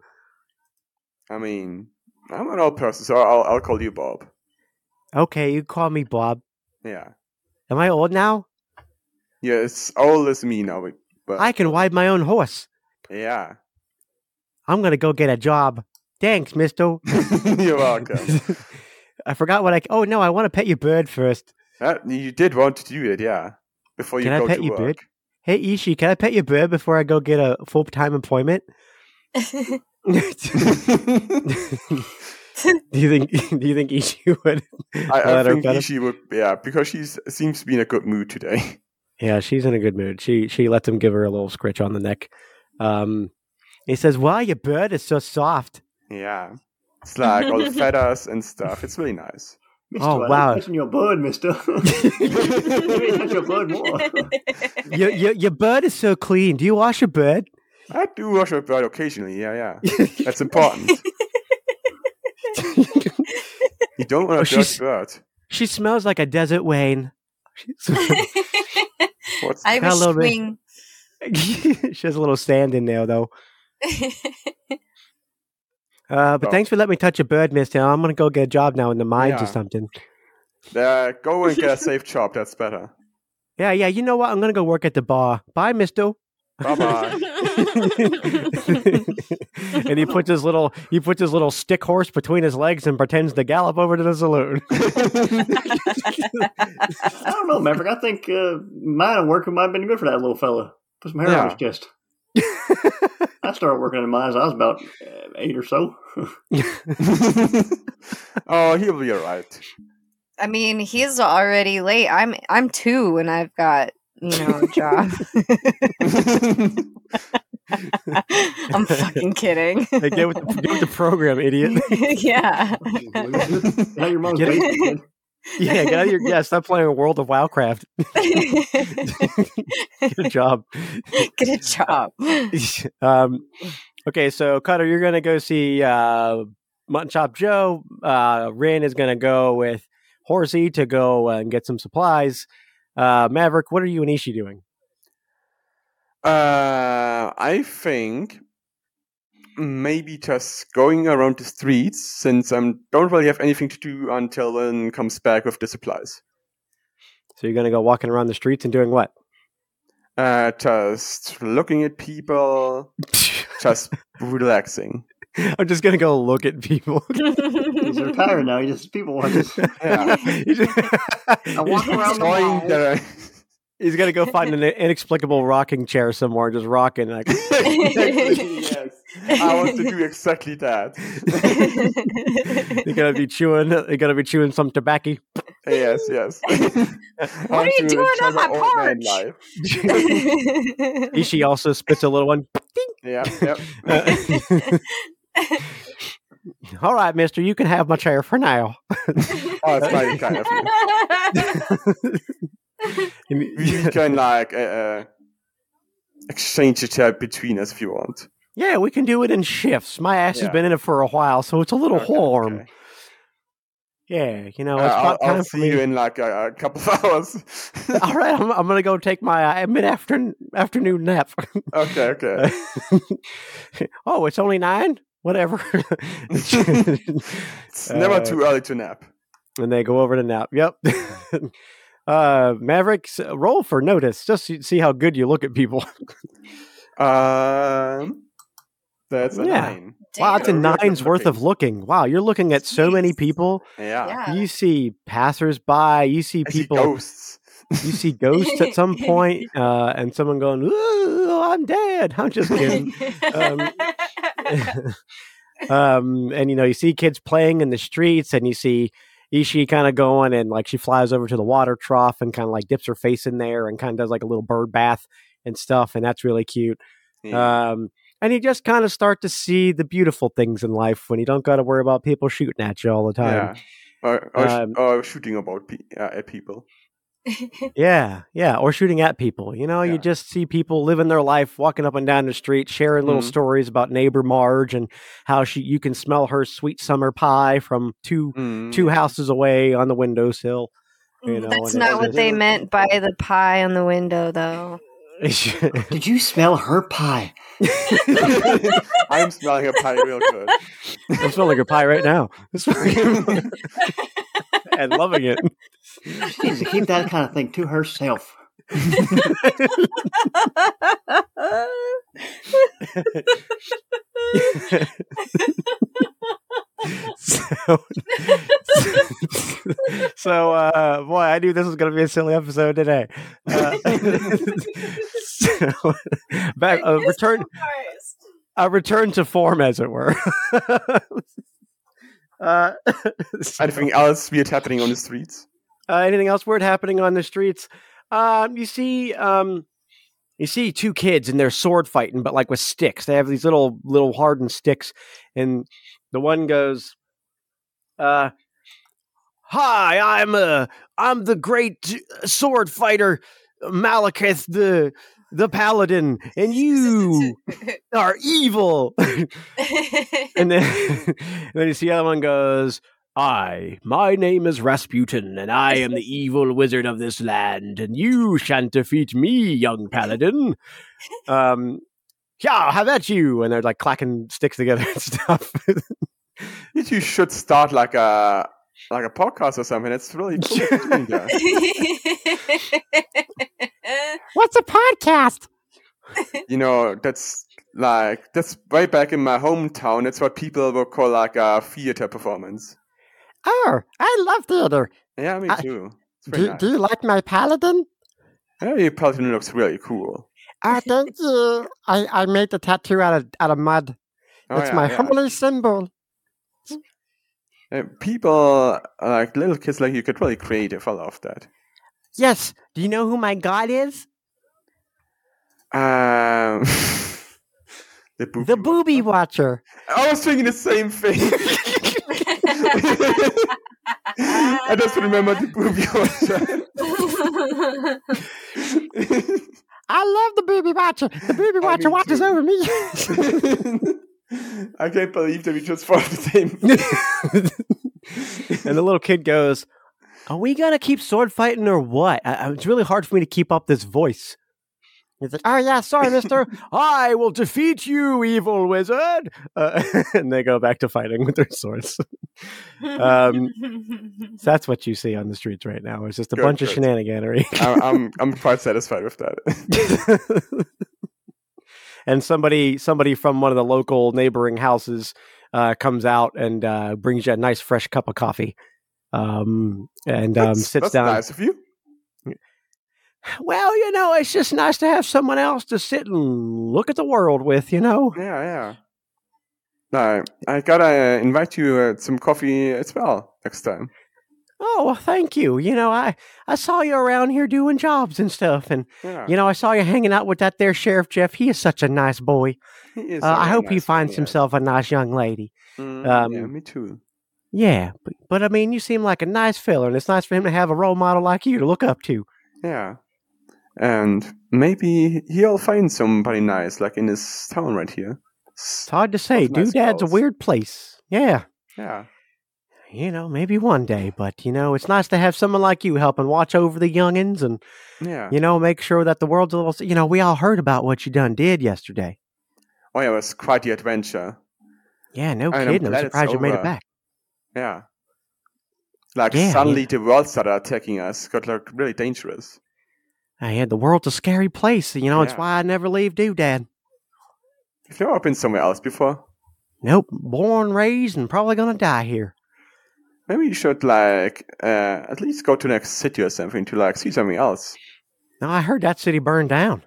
Speaker 2: I mean, I'm an old person, so I'll, I'll call you Bob.
Speaker 1: Okay, you call me Bob.
Speaker 2: Yeah.
Speaker 1: Am I old now?
Speaker 2: Yeah, it's old as me now. But,
Speaker 1: I can ride my own horse.
Speaker 2: yeah.
Speaker 1: I'm gonna go get a job. Thanks, Mister.
Speaker 2: You're welcome.
Speaker 1: I forgot what I. Oh no, I want to pet your bird first.
Speaker 2: Uh, you did want to do it, yeah. Before you
Speaker 1: Can I
Speaker 2: go
Speaker 1: pet
Speaker 2: to
Speaker 1: you,
Speaker 2: work.
Speaker 1: bird? Hey Ishi, can I pet your bird before I go get a full time employment? do you think? Do you think Ishi would
Speaker 2: I, I
Speaker 1: let her
Speaker 2: think
Speaker 1: pet him?
Speaker 2: Ishi would, yeah, because she seems to be in a good mood today.
Speaker 1: Yeah, she's in a good mood. She she lets him give her a little scritch on the neck. Um, he says, "Wow, your bird is so soft."
Speaker 2: Yeah, it's like all the feathers and stuff. It's really nice.
Speaker 4: Mister,
Speaker 1: Oh,
Speaker 4: I like
Speaker 1: wow.
Speaker 4: touching your bud, Mister. Maybe touch your bud more.
Speaker 1: Your, your your bird is so clean. Do you wash your bird?
Speaker 2: I do wash my bird occasionally. Yeah, yeah, that's important. You don't want
Speaker 1: Oh,
Speaker 2: a dirty
Speaker 1: she's-
Speaker 2: bird.
Speaker 1: she smells like a desert Wayne. She-
Speaker 2: What's
Speaker 3: Irish
Speaker 1: Hello, Miss-
Speaker 3: swing.
Speaker 1: she has a little sand in there though. Uh, but
Speaker 2: Oh.
Speaker 1: Uh, thanks for letting me touch a bird, Mister. I'm gonna go get a job now in the mines
Speaker 2: Yeah.
Speaker 1: or something.
Speaker 2: Uh, go and get a safe job. That's better.
Speaker 1: Yeah, yeah. You know what? I'm gonna go work at the bar. Bye, Mister.
Speaker 2: Bye bye.
Speaker 1: and he puts his little he puts his little stick horse between his legs and pretends to gallop over to the saloon.
Speaker 4: I don't know, Maverick. I think uh, mine and working might have been good for that little fella. Put some hair on
Speaker 2: Yeah.
Speaker 4: his chest. I started working in mine as I was about uh, eight or so.
Speaker 2: oh, he'll be alright.
Speaker 3: I mean, he's already late. I'm I'm two, and I've got you know a job. I'm fucking kidding.
Speaker 1: Hey, get, with the, get with the program, idiot.
Speaker 3: yeah.
Speaker 4: Is that your mom's
Speaker 1: Get it?
Speaker 4: basement? kid?
Speaker 1: Yeah, get out of your yeah. Stop playing World of Wildcraft. Good job.
Speaker 3: Get a job.
Speaker 1: um, okay, so Cutter, you're gonna go see uh, Mutton Chop Joe. Uh, Rin is gonna go with Horsey to go uh, and get some supplies. Uh, Maverick, what are you and Ishi doing?
Speaker 2: Uh, I think maybe just going around the streets since I don't really have anything to do until then comes back with the supplies.
Speaker 1: So you're gonna go walking around the streets and doing what?
Speaker 2: Uh, just looking at people, just relaxing.
Speaker 1: I'm just gonna go look at people.
Speaker 4: He's retired now. He just people watch this.
Speaker 2: Yeah.
Speaker 4: I walk around the
Speaker 2: Enjoying
Speaker 4: mall.
Speaker 2: the-
Speaker 1: He's gonna go find an inexplicable rocking chair somewhere and just rocking. Like,
Speaker 2: Exactly, yes. I want to do exactly that.
Speaker 1: you're gonna be chewing. You're gonna be chewing some tobacco.
Speaker 2: yes, yes.
Speaker 3: What are you doing on my porch?
Speaker 2: Life.
Speaker 1: Ishi also spits a little one.
Speaker 2: Yeah, yeah.
Speaker 1: Uh, All right, mister, you can have my chair for now.
Speaker 2: Oh, it's very kind of you. We can like uh, uh, exchange it uh, between us if you want.
Speaker 1: yeah, we can do it in shifts. My ass has
Speaker 2: Yeah.
Speaker 1: been in it for a while, so it's a little
Speaker 2: Okay,
Speaker 1: warm.
Speaker 2: okay.
Speaker 1: Yeah, you know,
Speaker 2: Uh,
Speaker 1: it's
Speaker 2: I'll,
Speaker 1: about
Speaker 2: I'll
Speaker 1: time for
Speaker 2: see
Speaker 1: me.
Speaker 2: you in like a, a couple of hours.
Speaker 1: All right, I'm, I'm gonna go take my uh, mid afternoon afternoon nap.
Speaker 2: okay, okay.
Speaker 1: oh, it's only nine. Whatever.
Speaker 2: It's never
Speaker 1: Uh,
Speaker 2: too early to nap.
Speaker 1: and they go over to nap. Yep. uh, Mavericks, roll for notice. Just to see how good you look at people.
Speaker 2: Um, that's a
Speaker 1: Yeah.
Speaker 2: nine.
Speaker 1: Wow, it's a
Speaker 2: Damn.
Speaker 1: nine's worth of looking. Wow, you're looking at so many
Speaker 3: Jeez.
Speaker 1: people.
Speaker 2: Yeah.
Speaker 3: Yeah.
Speaker 1: You see passersby. You see
Speaker 2: I see
Speaker 1: people. Uh,
Speaker 2: ghosts.
Speaker 1: You see ghosts at some point, uh, and someone going, "Ooh, I'm dead." I'm just kidding. Um, um, and you know, you see kids playing in the streets, and you see Ishi kind of going, and like she flies over to the water trough and kind of like dips her face in there and kind of does like a little bird bath and stuff, and that's really cute.
Speaker 2: Yeah.
Speaker 1: Um, and you just kind of start to see the beautiful things in life when you don't got to worry about people shooting at you all the time.
Speaker 2: yeah. Or, or, sh-
Speaker 1: um,
Speaker 2: or shooting about pe- uh, at people.
Speaker 1: Yeah, yeah, or shooting at people. You know, you
Speaker 2: Yeah.
Speaker 1: just see people living their life, walking up and down the street, sharing little
Speaker 2: Mhm.
Speaker 1: stories about neighbor Marge and how she you can smell her sweet summer pie from two
Speaker 2: Mm.
Speaker 1: two houses away on the windowsill. You know,
Speaker 3: That's
Speaker 1: and
Speaker 3: not
Speaker 1: it's
Speaker 3: what
Speaker 1: just-
Speaker 3: they meant by the pie on the window, though.
Speaker 4: Did you smell her pie?
Speaker 2: I'm smelling a pie real good.
Speaker 1: I'm smelling your pie right now. and loving it.
Speaker 4: She needs to keep that kind of thing to herself.
Speaker 1: Uh, so, so uh, boy, I knew this was going to be a silly episode today. Uh, so, back uh, return a return to form, as it were. uh, so-
Speaker 2: Anything else weird happening on the streets?
Speaker 1: uh, anything else weird happening on the streets? Um, you see, um, you see two kids and they're sword fighting, but like with sticks. They have these little little hardened sticks, and the one goes, uh, "Hi, I'm uh, I'm the great uh, sword fighter Malekith the the paladin, and you are evil." and then, and then you see the other one goes, I, my name is Rasputin, and I am the evil wizard of this land, and you shan't defeat me, young paladin. Um, yeah, have at you. And they're like clacking sticks together and stuff.
Speaker 2: You should start like a like a podcast or something. It's really cool. doing that.
Speaker 7: What's a podcast?
Speaker 2: you know, that's like that's way back in my hometown. It's what people would call like a theater performance.
Speaker 7: Oh, I love theater.
Speaker 2: Yeah, me
Speaker 7: I-
Speaker 2: too. It's
Speaker 7: Do,
Speaker 2: pretty nice.
Speaker 7: do you like my paladin?
Speaker 2: Yeah, your paladin looks really cool.
Speaker 7: Oh, thank you. I, I made the tattoo out of out of mud.
Speaker 2: Oh,
Speaker 7: it's
Speaker 2: yeah,
Speaker 7: my
Speaker 2: yeah.
Speaker 7: holy symbol.
Speaker 2: Uh, people like little kids like you get really creative. I love that.
Speaker 7: Yes. Do you know who my god is?
Speaker 2: Um, the boob.
Speaker 7: The booby watcher.
Speaker 2: I was thinking the same thing. I just remember the booby watcher.
Speaker 7: I love the booby watcher. The booby watcher
Speaker 2: me
Speaker 7: watches
Speaker 2: too.
Speaker 7: over me.
Speaker 2: I can't believe that we just found the same.
Speaker 1: and the little kid goes, "Are we gonna keep sword fighting or what? I, I- it's really hard for me to keep up this voice." He's like, "Oh yeah, sorry, Mister. I will defeat you, evil wizard." Uh, and they go back to fighting with their swords. Um, so that's what you see on the streets right now. It's just a
Speaker 2: Good,
Speaker 1: bunch of
Speaker 2: good.
Speaker 1: shenaniganery.
Speaker 2: I'm, I'm I'm quite satisfied with that.
Speaker 1: um, and somebody somebody from one of the local neighboring houses uh, comes out and uh, brings you a nice fresh cup of coffee um, and um,
Speaker 2: That's-
Speaker 1: sits
Speaker 2: that's
Speaker 1: down.
Speaker 2: Nice of you.
Speaker 1: Well, you know, it's just nice to have someone else to sit and look at the world with, you know.
Speaker 2: Yeah, yeah. No, I gotta uh, invite you uh, some coffee as well next time.
Speaker 1: Oh, well, thank you. You know, I I saw you around here doing jobs and stuff, and
Speaker 2: Yeah,
Speaker 1: you know, I saw you hanging out with that there sheriff Jeff. He is such a nice boy.
Speaker 2: he is
Speaker 1: Uh,
Speaker 2: a
Speaker 1: I
Speaker 2: very
Speaker 1: hope he
Speaker 2: nice
Speaker 1: finds
Speaker 2: guy.
Speaker 1: himself a nice young lady.
Speaker 2: Mm,
Speaker 1: um,
Speaker 2: yeah, me too.
Speaker 1: Yeah, but, but I mean, you seem like a nice fella, and it's nice for him to have a role model like you to look up to.
Speaker 2: Yeah, and maybe he'll find somebody nice, like in his town right here.
Speaker 1: It's
Speaker 2: S-
Speaker 1: hard to say.
Speaker 2: Those nice
Speaker 1: Doodad's a
Speaker 2: fellas.
Speaker 1: weird place. Yeah.
Speaker 2: Yeah,
Speaker 1: You know, maybe one day, but you know, it's nice to have someone like you helping watch over the youngins and
Speaker 2: yeah.
Speaker 1: you know, make sure that the world's a little. You know, we all heard about what you done did yesterday.
Speaker 2: Oh, yeah, it was quite the adventure.
Speaker 1: Yeah, no
Speaker 2: And I'm
Speaker 1: kidding. I'm,
Speaker 2: glad it's
Speaker 1: surprised you made it
Speaker 2: over.
Speaker 1: back.
Speaker 2: Yeah. Like
Speaker 1: Yeah,
Speaker 2: suddenly the worlds that are attacking us got like really dangerous.
Speaker 1: I had the world's a scary place. You know, it's
Speaker 2: Yeah.
Speaker 1: why I never leave Doodad.
Speaker 2: You've never been somewhere else before.
Speaker 1: Nope, born, raised, and probably gonna die here.
Speaker 2: Maybe you should like uh, at least go to next city or something to like see something else.
Speaker 1: Now I heard that city burned down.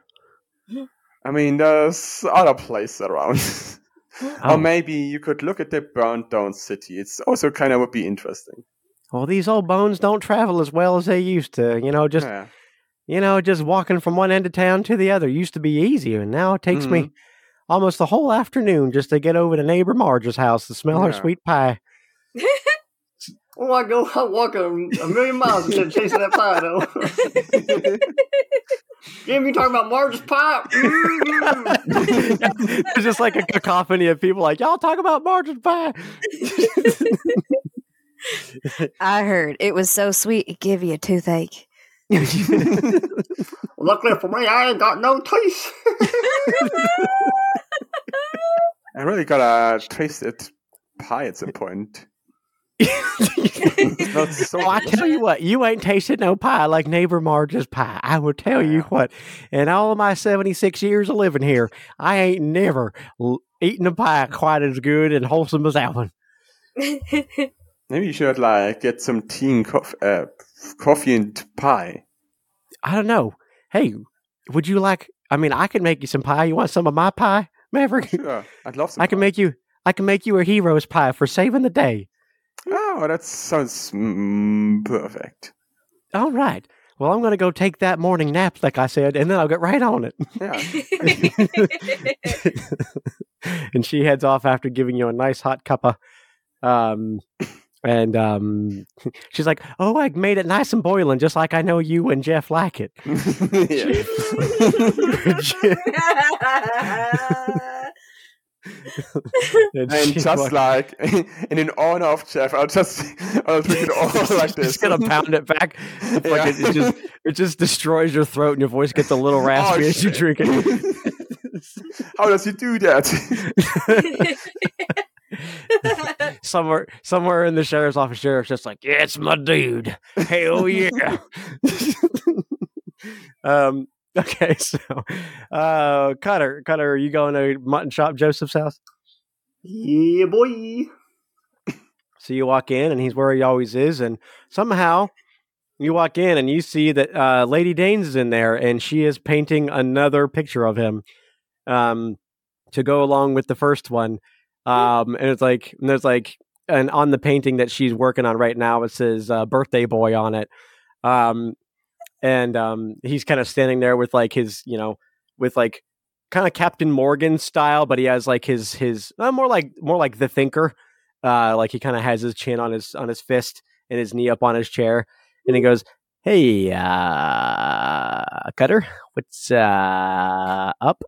Speaker 2: I mean, there's other places around.
Speaker 1: Oh.
Speaker 2: Or maybe you could look at the burned down city. It's also kind of would be interesting.
Speaker 1: Well, these old bones don't travel as well as they used to. You know, just
Speaker 2: yeah.
Speaker 1: you know, just walking from one end of town to the other used to be easier, and now it takes me
Speaker 2: Mm-hmm.
Speaker 1: almost the whole afternoon just to get over to neighbor Marge's house to smell her
Speaker 2: Yeah.
Speaker 1: sweet pie.
Speaker 4: Oh, I go, I walk a, a million miles instead of chasing that pie, though. Jim, you talking about Marge's pie? Mm-hmm. Mm-mm.
Speaker 1: it's just like a cacophony of people like y'all talk about Marge's pie.
Speaker 3: I heard it was so sweet it give you a toothache.
Speaker 4: Luckily for me, I ain't got no teeth.
Speaker 2: I really gotta taste it pie at some point. It smells so
Speaker 1: Oh, I
Speaker 2: good.
Speaker 1: tell you what, you ain't tasted no pie like neighbor Marge's pie. I will tell you
Speaker 2: Yeah.
Speaker 1: what, in all of my 76 years of living here, I ain't never l- eaten a pie quite as good and wholesome as that one.
Speaker 2: Maybe you should like get some tea and cof- uh, coffee and pie.
Speaker 1: I don't know. Hey, would you like, I mean, I can make you some pie. You want some of my pie, Maverick?
Speaker 2: Sure, I'd love some.
Speaker 1: I can
Speaker 2: pie.
Speaker 1: make you, I can make you a hero's pie for saving the day.
Speaker 2: Oh, that sounds mm, perfect.
Speaker 1: All right. Well, I'm going to go take that morning nap, like I said, and then I'll get right on it.
Speaker 2: Yeah.
Speaker 1: and she heads off after giving you a nice hot cuppa. Um, and um, she's like, "Oh, I made it nice and boiling, just like I know you and Jeff like it."
Speaker 2: yeah.
Speaker 1: And
Speaker 2: And
Speaker 1: she
Speaker 2: just
Speaker 1: walks-
Speaker 2: like, and in honor of Jeff, I'll just, I'll drink it all like this.
Speaker 1: oh, Just gonna pound it back. The
Speaker 2: Yeah.
Speaker 1: fucking- it, just, it just destroys your throat, and your voice gets a little raspy as you
Speaker 2: Oh, shit.
Speaker 1: drink it.
Speaker 2: How does he do that?
Speaker 1: somewhere somewhere in the sheriff's office, sheriff's just like, yeah, it's my dude. Hell yeah. um. Okay, so uh, Cutter, Cutter, are you going to mutton shop Joseph's house?
Speaker 4: Yeah, boy.
Speaker 1: So you walk in, and he's where he always is, and somehow you walk in and you see that uh, Lady Danes is in there, and she is painting another picture of him um, to go along with the first one. Um, and it's like, and there's like, and on the painting that she's working on right now, it says uh, "birthday boy" on it, um, and um, he's kind of standing there with like his, you know, with like kind of Captain Morgan style, but he has like his his uh, more like more like the thinker, uh, like he kind of has his chin on his on his fist and his knee up on his chair, and he goes, "Hey, uh, Cutter, what's uh, up?"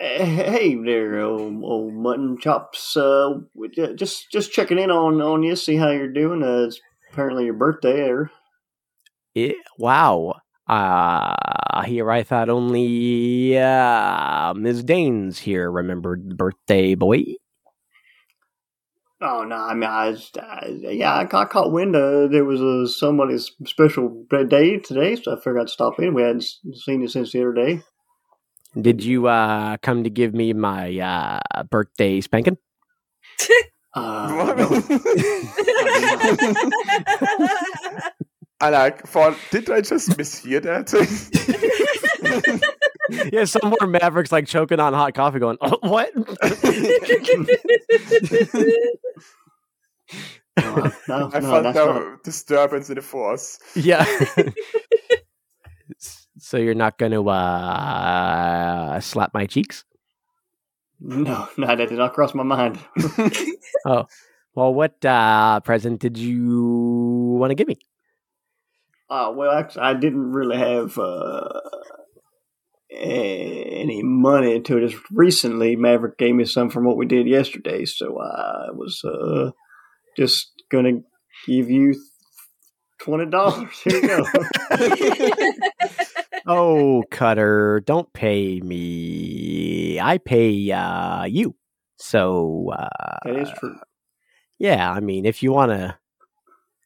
Speaker 4: Eh, Hey there, old, old mutton chops. Uh, we ju- just just checking in on on you, see how you're doing. Uh, it's apparently your birthday. There.
Speaker 1: Eh, wow. Uh, here I thought only uh, Ms. Dane's here remembered the birthday boy.
Speaker 4: Oh no, I mean, I, was- I yeah, I caught, caught wind uh, there was a somebody's special day today, so I figured I'd stop in. We hadn't s- seen you since the other day.
Speaker 1: Did you uh, come to give me my uh, birthday spanking?
Speaker 4: Uh, no.
Speaker 2: What? I like for did I just mishear that?
Speaker 1: yeah, somewhere Maverick's like choking on hot coffee, going, oh, "What?"
Speaker 4: No, I- no,
Speaker 2: I
Speaker 4: no,
Speaker 2: felt
Speaker 4: that's
Speaker 2: no
Speaker 4: not-
Speaker 2: disturbance in the force.
Speaker 1: yeah. so you're not going to uh, slap my cheeks?
Speaker 4: no, no, that did not cross my mind.
Speaker 1: Well, what uh, present did you want to give me?
Speaker 4: Uh, well, actually, I didn't really have uh, a- any money until just recently. Maverick gave me some from what we did yesterday, so I was uh, just gonna give you twenty dollars. Here you go.
Speaker 1: Oh, Cutter, don't pay me. I pay uh, you. So uh,
Speaker 4: that is true.
Speaker 1: yeah, I mean, if you wanna,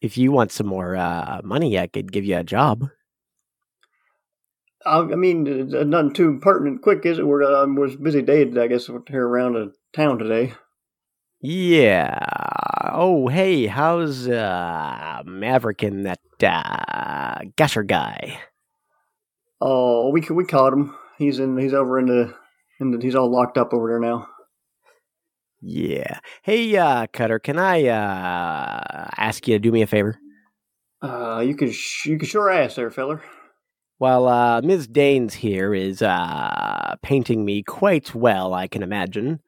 Speaker 1: if you want some more uh, money, I could give you a job.
Speaker 4: I, I mean, uh, nothing too pertinent. Quick, is it? We're um, was a busy day. I guess we're here around the town today.
Speaker 1: Yeah. Oh, hey, how's uh, Maverick and that uh, Gusher guy?
Speaker 4: Oh, we ca- we caught him. He's in. He's over in the. In the he's all locked up over there now.
Speaker 1: Yeah. Hey, uh, Cutter, can I uh, ask you to do me a favor?
Speaker 4: Uh, you can sh- you can sure ask there, feller.
Speaker 1: While uh, Ms. Danes here is uh, painting me quite well, I can imagine,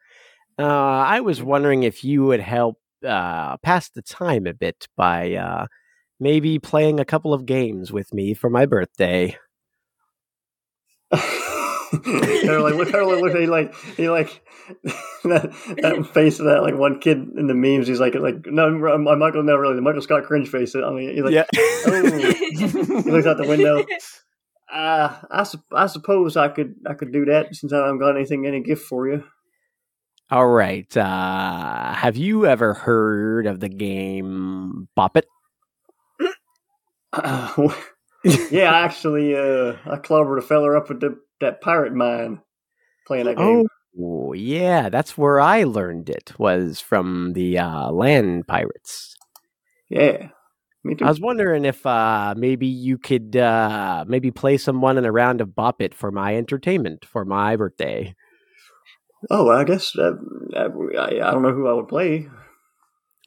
Speaker 1: uh, I was wondering if you would help uh, pass the time a bit by uh, maybe playing a couple of games with me for my birthday.
Speaker 4: they're like, look, they're like, look, he like, he like, that, that face of that, like one kid in the memes. He's like, like, no, I'm, I'm Michael, no, really, the Michael Scott cringe face. I mean, he's like, oh, he looks out the window. Uh, I, sup I suppose I could, I could do that since I haven't got anything, any gift for you.
Speaker 1: All right. Uh, have you ever heard of the game Bop It?
Speaker 4: Uh, yeah, I actually, uh, I clobbered a feller up with the, that pirate mine playing that game.
Speaker 1: Oh, yeah. That's where I learned it, was from the uh, land pirates.
Speaker 4: Yeah, me too.
Speaker 1: I was wondering if uh, maybe you could uh, maybe play someone in a round of Bop It for my entertainment for my birthday.
Speaker 4: oh, I guess that, that- I, I don't know who I would play.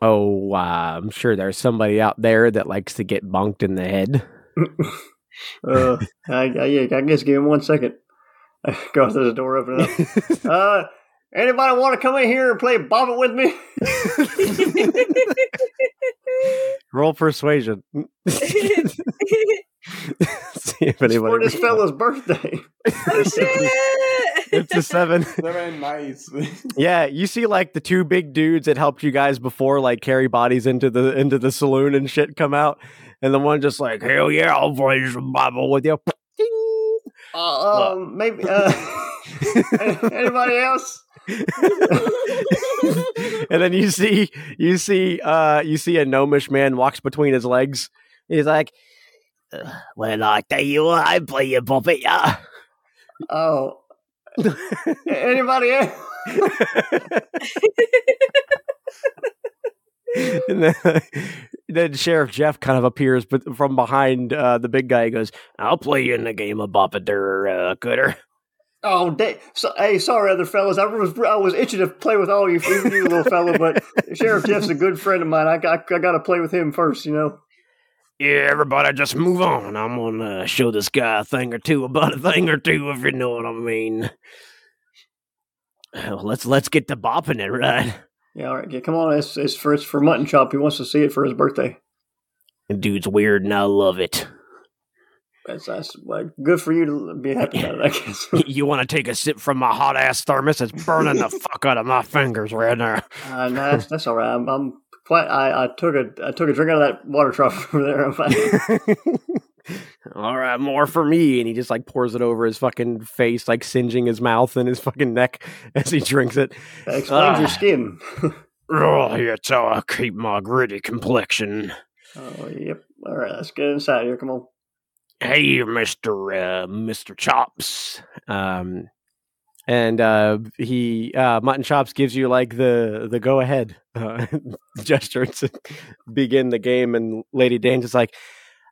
Speaker 1: Oh, uh, I'm sure there's somebody out there that likes to get bonked in the head.
Speaker 4: Uh, I, I, yeah, I guess give him one second. God, there's a door opening up. uh, anybody want to come in here and play Bob It with me?
Speaker 1: Roll persuasion. See if
Speaker 4: It's for
Speaker 1: anybody.
Speaker 4: this fella's birthday.
Speaker 3: oh, shit.
Speaker 1: It's a seven.
Speaker 2: Very nice.
Speaker 1: Yeah, you see like the two big dudes that helped you guys before like carry bodies into the into the saloon and shit come out. And the one just like, hell yeah, I'll play some Bible with you. Ding.
Speaker 4: Uh, um, maybe. Uh, anybody else?
Speaker 1: and then you see you see uh you see a gnomish man walks between his legs. He's like, "Uh, "Well, I tell you what, I play you, Bobby." Yeah.
Speaker 4: Oh. Anybody else?
Speaker 1: and then, then Sheriff Jeff kind of appears, but from behind uh, the big guy, he goes, "I'll play you in the game of Bopadur, uh, Cutter."
Speaker 4: Oh, da- so, hey, sorry, other fellas. I was I was itching to play with all you, even you little fella, but Sheriff Jeff's a good friend of mine. I, I, I got to play with him first, you know.
Speaker 1: Yeah, everybody, just move on. I'm gonna uh, show this guy a thing or two about a thing or two, if you know what I mean. Uh, Let's let's get to bopping it, right?
Speaker 4: Yeah, all right. Yeah, come on. It's, it's for it's for mutton chop. He wants to see it for his birthday.
Speaker 1: Dude's weird, and I love it.
Speaker 4: That's, that's like, good for you to be happy about it, I guess.
Speaker 1: you want to take a sip from my hot ass thermos? It's burning the fuck out of my fingers right now.
Speaker 4: uh, no, that's, that's all right. I'm, I'm quite. I, I took a I took a drink out of that water trough over there. I'm fine.
Speaker 1: All right, more for me. And he just like pours it over his fucking face, like singeing his mouth and his fucking neck as he drinks it.
Speaker 4: That explains
Speaker 1: Ah.
Speaker 4: your skin.
Speaker 1: Oh, that's how I keep my gritty complexion.
Speaker 4: Oh, yep. All right, let's get inside here. Come on.
Speaker 1: hey mister uh, mr chops um and uh he uh mutton chops gives you like the the go ahead uh, gesture to begin the game and lady dange is like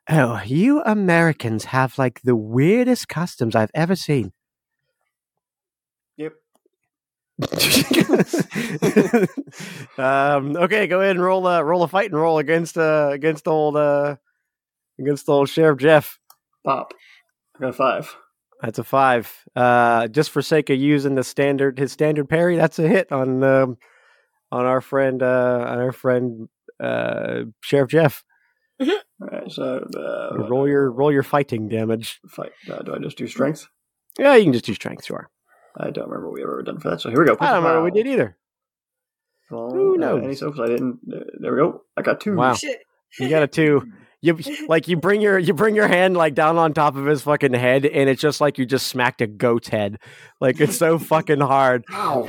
Speaker 1: oh you americans have like the weirdest customs i've ever seen
Speaker 4: Yep.
Speaker 1: um okay go ahead and roll a roll a fight and roll against uh against old uh against old sheriff jeff
Speaker 4: Pop. I got a five.
Speaker 1: That's a five. Uh, just for sake of using the standard, his standard parry, that's a hit on um, on our friend, uh, on our friend uh, Sheriff Jeff.
Speaker 4: All right, so uh,
Speaker 1: roll your roll your fighting damage.
Speaker 4: fight. Uh, do I just do strength?
Speaker 1: Yeah, you can just do strength. Sure.
Speaker 4: I don't remember what we've ever done for that. So here we go.
Speaker 1: I don't remember what we did either.
Speaker 4: Well,
Speaker 1: Who
Speaker 4: uh,
Speaker 1: knows?
Speaker 4: any so 'cause I didn't. uh, There we go. I got two.
Speaker 1: Wow.
Speaker 8: Shit.
Speaker 1: You got a two. You like you bring your you bring your hand like down on top of his fucking head, and it's just like you just smacked a goat's head. Like it's so fucking hard.
Speaker 4: Ow.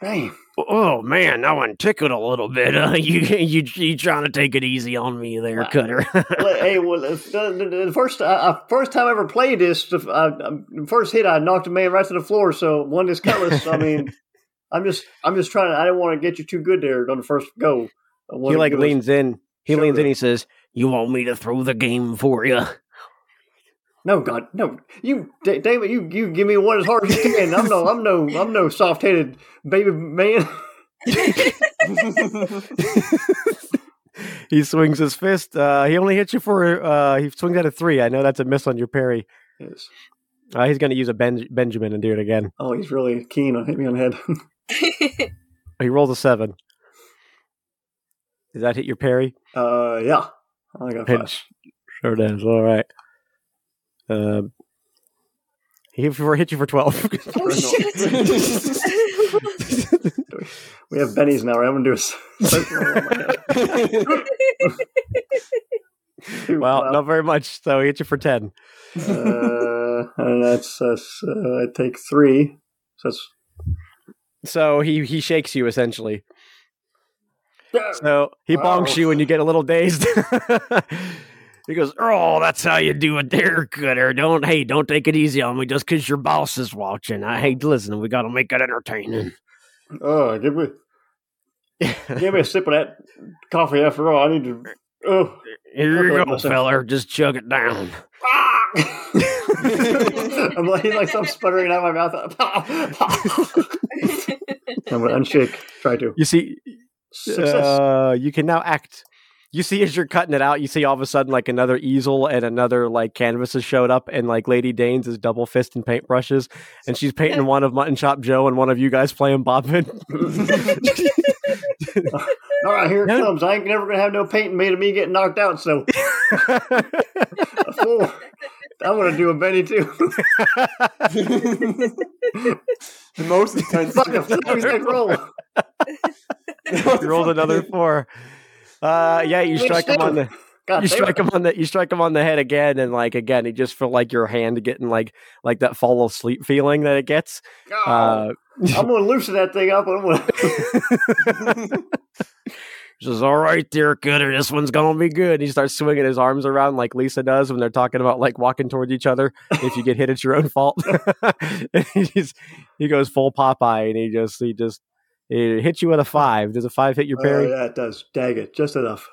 Speaker 4: Hey.
Speaker 1: Oh man, that one tickled a little bit. Uh, you you you trying to take it easy on me there,
Speaker 4: Wow.
Speaker 1: Cutter?
Speaker 4: Well, hey, well, if the, the, the first uh, uh, first time I ever played this, the f- uh, um, the first hit, I knocked a man right to the floor. So one is cutlass. so, I mean, I'm just I'm just trying. to- I didn't want to get you too good there on the first go. I
Speaker 1: he
Speaker 4: wanted
Speaker 1: like
Speaker 4: to give us-
Speaker 1: leans in. He
Speaker 4: Show
Speaker 1: leans in.
Speaker 4: them.
Speaker 1: He says, "You want me to throw the game for you?"
Speaker 4: No, God, no! You, Da- David, you, you give me one as hard as you can. I'm no, I'm no, I'm no soft-headed baby man.
Speaker 1: He swings his fist. Uh, he only hits you for. Uh, he swings at a three. I know that's a miss on your parry.
Speaker 4: Yes.
Speaker 1: Uh, he's going to use a ben- Benjamin and do it again.
Speaker 4: Oh, he's really keen on hitting me on the head.
Speaker 1: He rolls a seven. Does that hit your parry?
Speaker 4: Uh, yeah, I only got
Speaker 1: It
Speaker 4: five.
Speaker 1: sure does. All right. Uh, he for hit you for twelve.
Speaker 8: oh shit.
Speaker 4: We have bennies now. Right? I'm gonna do a s- two.
Speaker 1: well,
Speaker 4: Wow.
Speaker 1: not very much. So he hit you for ten.
Speaker 4: uh, and that's that's uh, I take three. So
Speaker 1: So he he shakes you essentially.
Speaker 4: that's
Speaker 1: So he bonks
Speaker 4: Wow.
Speaker 1: you and you get a little dazed. he goes, Oh, that's how you do it there, Cutter. Don't hey, don't take it easy on me just cause your boss is watching. I hate listening, we gotta make it entertaining.
Speaker 4: oh, give me give me a sip of that coffee. After all, I need to. Oh.
Speaker 1: Here
Speaker 4: Okay,
Speaker 1: you go,
Speaker 4: listen.
Speaker 1: feller. Just chug it down.
Speaker 4: Ah! I'm like, like some sputtering out of my mouth. I'm gonna unshake. Try to
Speaker 1: You see
Speaker 4: success.
Speaker 1: Uh, you can now act. You see, as you're cutting it out, you see all of a sudden like another easel and another like canvas has showed up, and like Lady Danes is double fist and paintbrushes, and she's painting one of Mutton Chop Joe and one of you guys playing Bobbin.
Speaker 4: All right, here it
Speaker 1: No.
Speaker 4: comes. I ain't never gonna have no painting made of me getting knocked out. So a fool. I'm gonna do a Benny too.
Speaker 2: the most intense.
Speaker 4: Fuck a fucking sick roll.
Speaker 1: you rolled another four. Uh, yeah, you
Speaker 4: Which
Speaker 1: strike him on the
Speaker 4: God
Speaker 1: you
Speaker 4: damn
Speaker 1: strike
Speaker 4: it.
Speaker 1: him on the you strike him on the head again, and like again, it just felt like your hand getting like like that fall asleep feeling that it gets.
Speaker 4: God.
Speaker 1: Uh,
Speaker 4: I'm gonna loosen that thing up. I'm gonna.
Speaker 1: Just all right, dear gooder. This one's gonna be good. And he starts swinging his arms around like Lisa does when they're talking about like walking towards each other. If you get hit, it's your own fault. and he, just, he goes full Popeye, and he just he just he hits you with a five. Does a five hit your parry?
Speaker 4: Oh, yeah, it does. Dag it, just enough.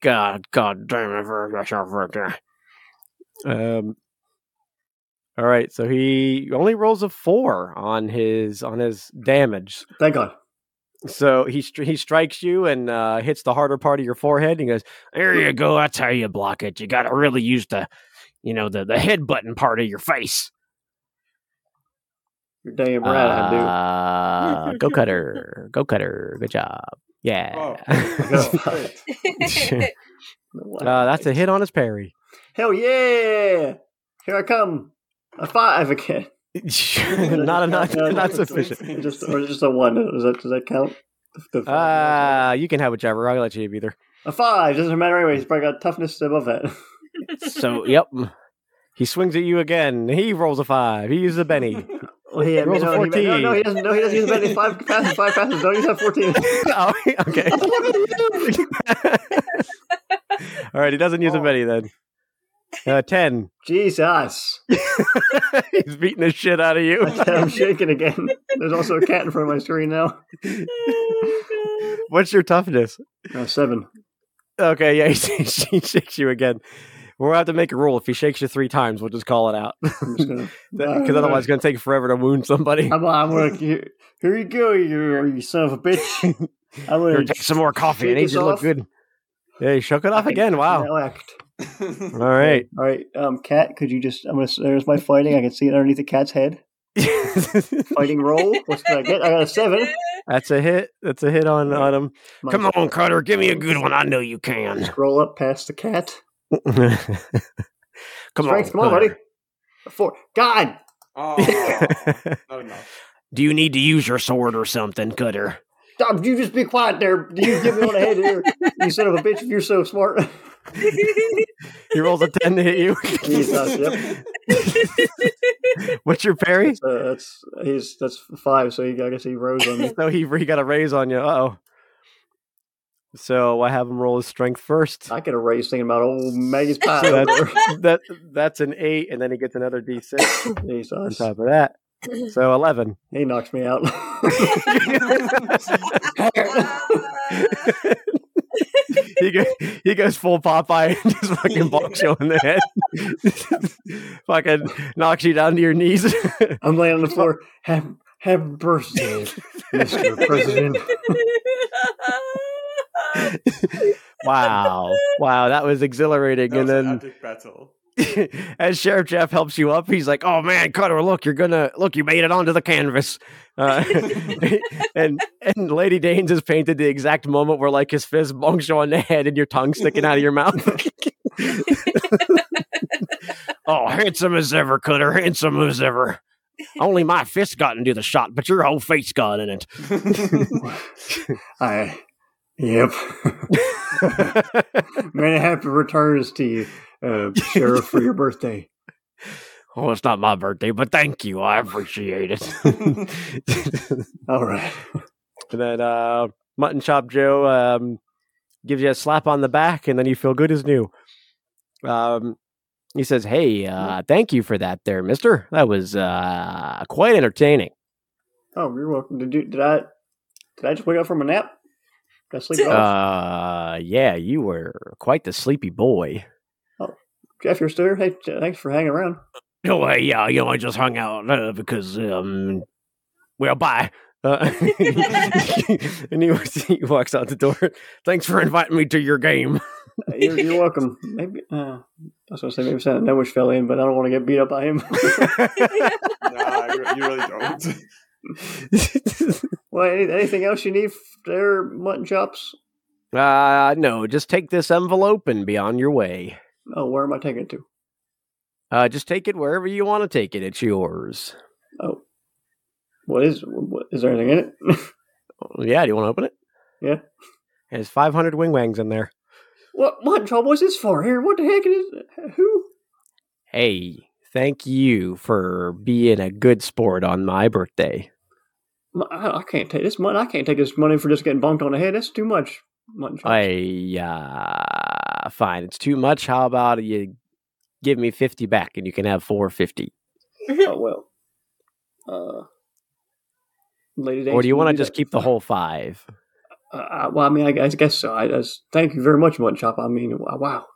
Speaker 1: God, God damn it! for yourself, for that. Um. All right, so he only rolls a four on his on his damage.
Speaker 4: Thank God.
Speaker 1: So he stri- he strikes you and uh, hits the harder part of your forehead. And he goes,
Speaker 6: There you go. That's how you block it. You got to really use the, you know, the the head button part of your face.
Speaker 4: You're damn right, I
Speaker 1: uh, "Go cutter, go cutter, good job, yeah."
Speaker 2: Oh,
Speaker 4: do. Oh,
Speaker 1: Uh, that's a hit on his parry.
Speaker 4: Hell yeah! Here I come. A five again.
Speaker 1: not enough,
Speaker 4: No,
Speaker 1: not
Speaker 4: it's a
Speaker 1: sufficient.
Speaker 4: Just, or just a one. Does that, does that count? The- the-
Speaker 1: Uh, you can have whichever. I'll let you have either.
Speaker 4: a five. Doesn't matter anyway. He's probably got toughness above that.
Speaker 1: So, yep. He swings at you again. He rolls a five. He uses a Benny.
Speaker 4: Well, he,
Speaker 1: Rolls a
Speaker 4: no, he- no,
Speaker 1: 14.
Speaker 4: no, he doesn't. No, he doesn't use any five passes. Five passes. Don't use that fourteen.
Speaker 1: oh, okay. All right. He doesn't use a Benny then. Uh, 10.
Speaker 4: Jesus!
Speaker 1: He's beating the shit out of you.
Speaker 4: I'm shaking again. There's also a cat in front of my screen now.
Speaker 1: What's your toughness?
Speaker 4: Uh, seven.
Speaker 1: Okay. Yeah. He, sh- he shakes you again. We'll have to make a rule. If he shakes you three times, we'll just call it out.
Speaker 4: I'm just gonna. Uh,
Speaker 1: Because otherwise, it's going to take forever to wound somebody.
Speaker 4: I'm, I'm gonna. Here, here you go, you, you son of a bitch. I'm
Speaker 1: Here,
Speaker 4: gonna
Speaker 1: take some more coffee. It
Speaker 4: shake
Speaker 1: needs you
Speaker 4: this
Speaker 1: to look
Speaker 4: off.
Speaker 1: good. Yeah. He shook it off again. Wow.
Speaker 4: now act.
Speaker 1: All right.
Speaker 4: All right, um, cat. Could you just? I'm gonna. There's my fighting. I can see it underneath the cat's head. Fighting roll. What's did I get? I got a seven.
Speaker 1: That's a hit. That's a hit on on him.
Speaker 4: My
Speaker 6: Come on, Cutter. Give me a good one. I know you can.
Speaker 4: Scroll up past the cat.
Speaker 6: Come
Speaker 4: Strength,
Speaker 6: on.
Speaker 4: come on,
Speaker 6: Cutter.
Speaker 4: buddy. A Four. God.
Speaker 2: oh, not enough.
Speaker 6: Do you need to use your sword or something, Cutter?
Speaker 4: Stop, you just be quiet there. You give me on the head here. You son of a bitch if you're so smart.
Speaker 1: he rolls a ten to hit you.
Speaker 4: Jesus, yep.
Speaker 1: What's your parry?
Speaker 4: Uh, that's he's that's five, so he, I guess he rose on me.
Speaker 1: No, he he got a raise on you. Uh oh. So I have him roll his strength first.
Speaker 4: I could erase thinking about old Maggie's pie.
Speaker 1: So
Speaker 4: over
Speaker 1: that's
Speaker 4: there.
Speaker 1: that that's an eight, and then he gets another D six on
Speaker 4: Jesus.
Speaker 1: top of that. So eleven.
Speaker 4: He knocks me out.
Speaker 1: he goes he goes full Popeye and just fucking bonks you in the head. fucking knocks you down to your knees.
Speaker 4: I'm laying on the floor. Have have birthday, Mr. President.
Speaker 1: wow. Wow, that was exhilarating.
Speaker 2: That
Speaker 1: and
Speaker 2: was
Speaker 1: then
Speaker 2: an epic battle.
Speaker 1: as Sheriff Jeff helps you up, he's like, "Oh man, Cutter, look, you're gonna look. You made it onto the canvas." Uh, and and Lady Danes is painted the exact moment where like his fist bonks you on the head and your tongue sticking out of your mouth.
Speaker 6: Oh, handsome as ever, Cutter. Handsome as ever. Only my fist got into the shot, but your whole face got in it.
Speaker 4: I. Yep. Many happy returns to you, uh, Sheriff, for your birthday.
Speaker 6: Oh, it's not my birthday, but thank you. I appreciate it.
Speaker 4: All right.
Speaker 1: and then uh, Mutton Chop Joe um, gives you a slap on the back, and then you feel good as new. Um, he says, "Hey, uh, thank you for that, there, Mister. That was uh, quite entertaining."
Speaker 4: Oh, you're welcome. Did, you, did I? Did I just wake up from a nap? Did I sleep it off?
Speaker 1: Uh, yeah, you were quite the sleepy boy.
Speaker 4: Jeff, you're still here. Hey, J- thanks for hanging around.
Speaker 6: No, uh, yeah, you know, I just hung out uh, because, um, well, bye.
Speaker 1: Uh, and he, walks- he walks out the door.
Speaker 6: Thanks for inviting me to your game.
Speaker 4: Uh, You're, you're welcome. Maybe uh, I was gonna say maybe Santa Nowish fell in, but I don't want to get beat up by him.
Speaker 2: Nah, you, you really don't.
Speaker 4: well, any, anything else you need f- there, mutton chops?
Speaker 1: Uh, no, just take this envelope and be on your way.
Speaker 4: Oh, where am I taking it to?
Speaker 1: Uh, just take it wherever you want to take it. It's yours.
Speaker 4: Oh, what is? What, is there anything in it?
Speaker 1: Yeah, do you want to open it?
Speaker 4: Yeah.
Speaker 1: There's 500 wing wangs in there.
Speaker 4: what mutton chop? What's this for? Here, what the heck is? Who?
Speaker 1: Hey, thank you for being a good sport on my birthday.
Speaker 4: my- I I can't take this money. I can't take this money for just getting bonked on the head. That's too much. Money.
Speaker 1: I uh, fine. It's too much. How about you give me fifty back, and you can have four fifty,
Speaker 4: oh well. Uh, lady.
Speaker 1: or do you want to
Speaker 4: Daisy,
Speaker 1: just keep the whole five?
Speaker 4: Uh, I- well, I mean, I guess, I guess so. I just, thank you very much, Mud Chop. I mean, wow, wow.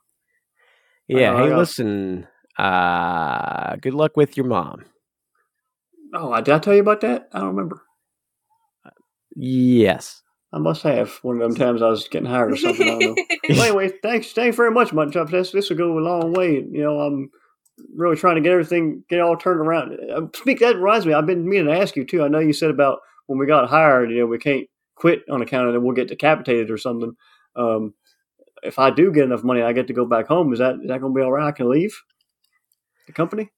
Speaker 1: Yeah.
Speaker 4: I
Speaker 1: hey,
Speaker 4: got-
Speaker 1: listen. Uh, good luck with your mom.
Speaker 4: Oh, I- did I tell you about that? I don't remember.
Speaker 1: Yes.
Speaker 4: I must have one of them times I was getting hired or something. I don't know. well, anyway, thanks, thanks very much, Mud Chop. This this will go a long way. You know, I'm really trying to get everything get it all turned around. Uh, Speak that reminds me. I've been meaning to ask you too. I know you said about when we got hired. You know, we can't quit on account of that we'll get decapitated or something. Um, if I do get enough money, I get to go back home. Is that is that going to be all right? I can leave the company.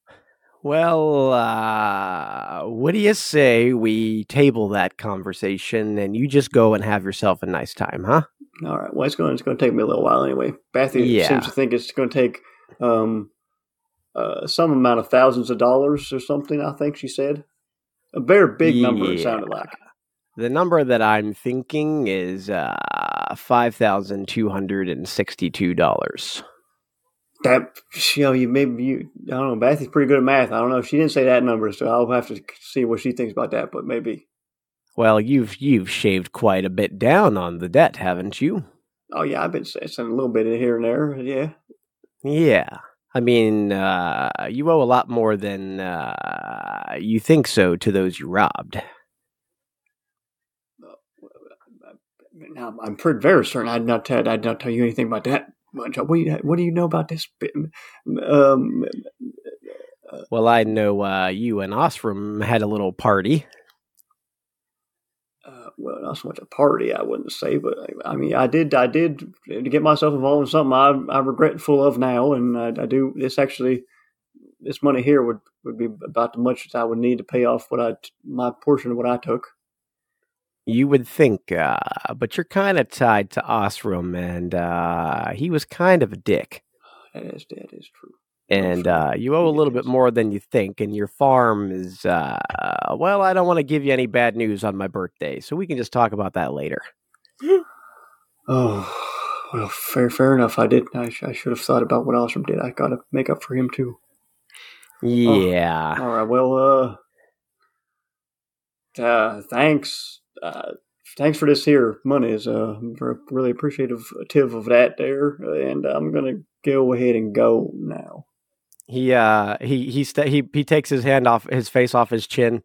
Speaker 1: Well, uh, what do you say we table that conversation and you just go and have yourself a nice time, huh?
Speaker 4: All right. Well, it's going it's going to take me a little while anyway. Bathy
Speaker 1: Yeah.
Speaker 4: seems to think it's going to take um, uh, some amount of thousands of dollars or something. I think she said a very big number. It
Speaker 1: Yeah.
Speaker 4: sounded like.
Speaker 1: The number that I'm thinking is uh, $5,262.
Speaker 4: That you know, you maybe you I don't know. Bathy's pretty good at math. I don't know if she didn't say that number, so I'll have to see what she thinks about that. But maybe.
Speaker 1: Well, you've you've shaved quite a bit down on the debt, haven't you?
Speaker 4: Oh yeah, I've been saying a little bit in here and there. Yeah.
Speaker 1: Yeah. I mean, uh, you owe a lot more than uh, you think so to those you robbed.
Speaker 4: Now, I'm- I'm pretty very certain I'd not tell I'd not tell you anything about that. Much. What do you, what do you know about this? bit? Um,
Speaker 1: Well, I know uh, you and Osram had a little party.
Speaker 4: uh, well, not so much a party, I wouldn't say, but I, I mean, I did, I did get myself involved in something I, I regret full of now, and I, I do this actually. This money here would would be about the much that I would need to pay off what I t- my portion of what I took.
Speaker 1: You would think, uh, but you're kind of tied to Osram, and uh, he was kind of a dick.
Speaker 4: That is that is true.
Speaker 1: And uh, you owe a little bit more than you think, and your farm is, uh, well, I don't want to give you any bad news on my birthday, so we can just talk about that later.
Speaker 4: Oh well, fair fair enough. I did. I, sh- I should have thought about what Ostrom did. I got to make up for him too.
Speaker 1: Yeah.
Speaker 4: All right. Well, uh, uh thanks. Uh, thanks for this here money. Is uh, I'm ver- really appreciative tiv of that there, and I'm gonna go ahead and go now.
Speaker 1: He uh he he sta he he takes his hand off his face off his chin.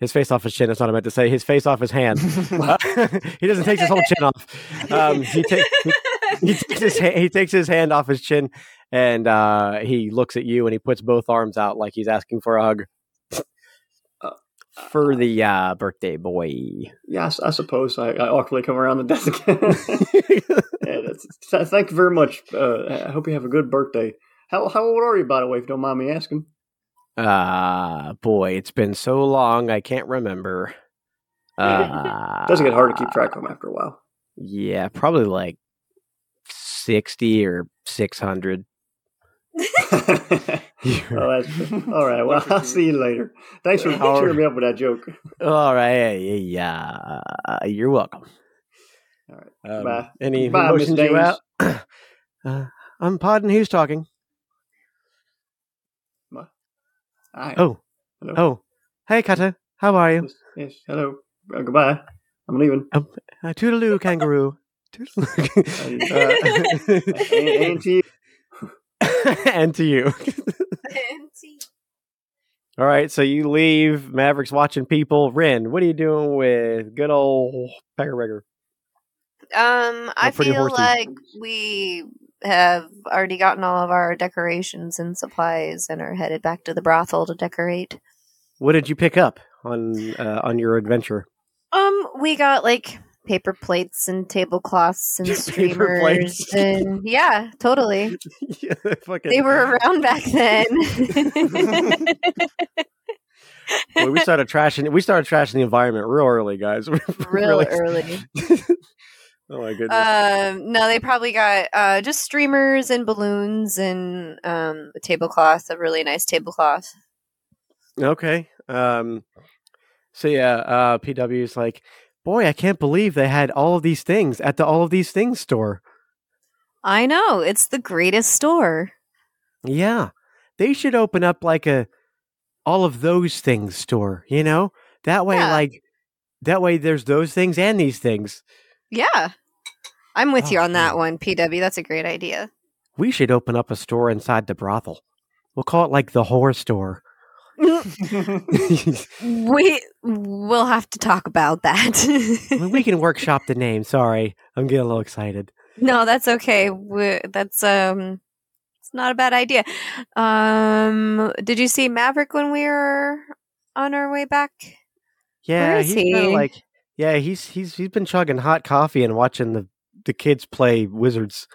Speaker 1: His face off his chin. That's what I meant to say. His face off his hand. Uh, he doesn't take his whole chin off. Um, he, ta- he, he takes his ha- he takes his hand off his chin, and uh, he looks at you and he puts both arms out like he's asking for a hug.
Speaker 4: Uh,
Speaker 1: For the uh, birthday boy,
Speaker 4: Yes, I suppose I, I awkwardly come around the desk again. yeah, that's, th- thank you very much. Uh, I hope you have a good birthday. How how old are you, by the way, if you don't mind me asking?
Speaker 1: uh, boy, it's been so long I can't remember. Uh,
Speaker 4: Doesn't get hard to keep track of them after a while.
Speaker 1: Yeah, probably like sixty or six hundred.
Speaker 4: Oh, that's, all right. Well, I'll see you later. Thanks for
Speaker 1: All
Speaker 4: cheering me up with that joke.
Speaker 1: All right, yeah, yeah, yeah. you're welcome.
Speaker 4: All
Speaker 1: right, um,
Speaker 4: Bye.
Speaker 1: Any
Speaker 4: Bye, Miss
Speaker 1: motions you
Speaker 4: Dames.
Speaker 1: out? uh, I'm Podden. Who's talking?
Speaker 4: Hi.
Speaker 1: Oh,
Speaker 4: Hello.
Speaker 1: oh, hey, Kata, how are you?
Speaker 4: Yes. Hello. Uh, goodbye. I'm leaving.
Speaker 1: Um, uh, toodaloo, kangaroo. Toodaloo.
Speaker 4: And, and to you.
Speaker 1: Uh, and to you. All right, so you leave. Maverick's watching people. Ren, what are you doing with good old Peckerberger?
Speaker 3: Um, I
Speaker 1: They're pretty
Speaker 3: feel
Speaker 1: horsey.
Speaker 3: like we have already gotten all of our decorations and supplies and are headed back to the brothel to decorate.
Speaker 1: What did you pick up on uh, on your adventure?
Speaker 3: Um, we got like paper plates and tablecloths and
Speaker 1: Paper plates.
Speaker 3: streamers and yeah, totally.
Speaker 1: Yeah, fucking-
Speaker 3: They were around back then.
Speaker 1: Boy, we started trashing. We started trashing the environment real early, guys. Real
Speaker 3: Real early.
Speaker 1: Oh my goodness.
Speaker 3: Um, no, they probably got uh, just streamers and balloons and um, a tablecloth, a really nice tablecloth.
Speaker 1: okay. Um. So yeah, uh, PW's like, boy, I can't believe they had all of these things at the all of these things store.
Speaker 3: I know. It's the greatest store.
Speaker 1: Yeah, they should open up like a all of those things store. You know, that way,
Speaker 3: Yeah.
Speaker 1: like that way, there's those things and these things.
Speaker 3: Yeah. I'm with you
Speaker 1: Oh,
Speaker 3: on that one, PW. That's a great idea.
Speaker 1: We should open up a store inside the brothel. We'll call it like the whore store. I
Speaker 3: we will have to talk about that.
Speaker 1: mean, we can workshop the name. Sorry, I'm getting a little excited.
Speaker 3: no, that's okay. we that's um it's not a bad idea. Um did you see Maverick when we were on our way back?
Speaker 1: Yeah,
Speaker 3: is
Speaker 1: he's kinda
Speaker 3: he?
Speaker 1: like yeah, he's he's he's been chugging hot coffee and watching the the kids play wizards.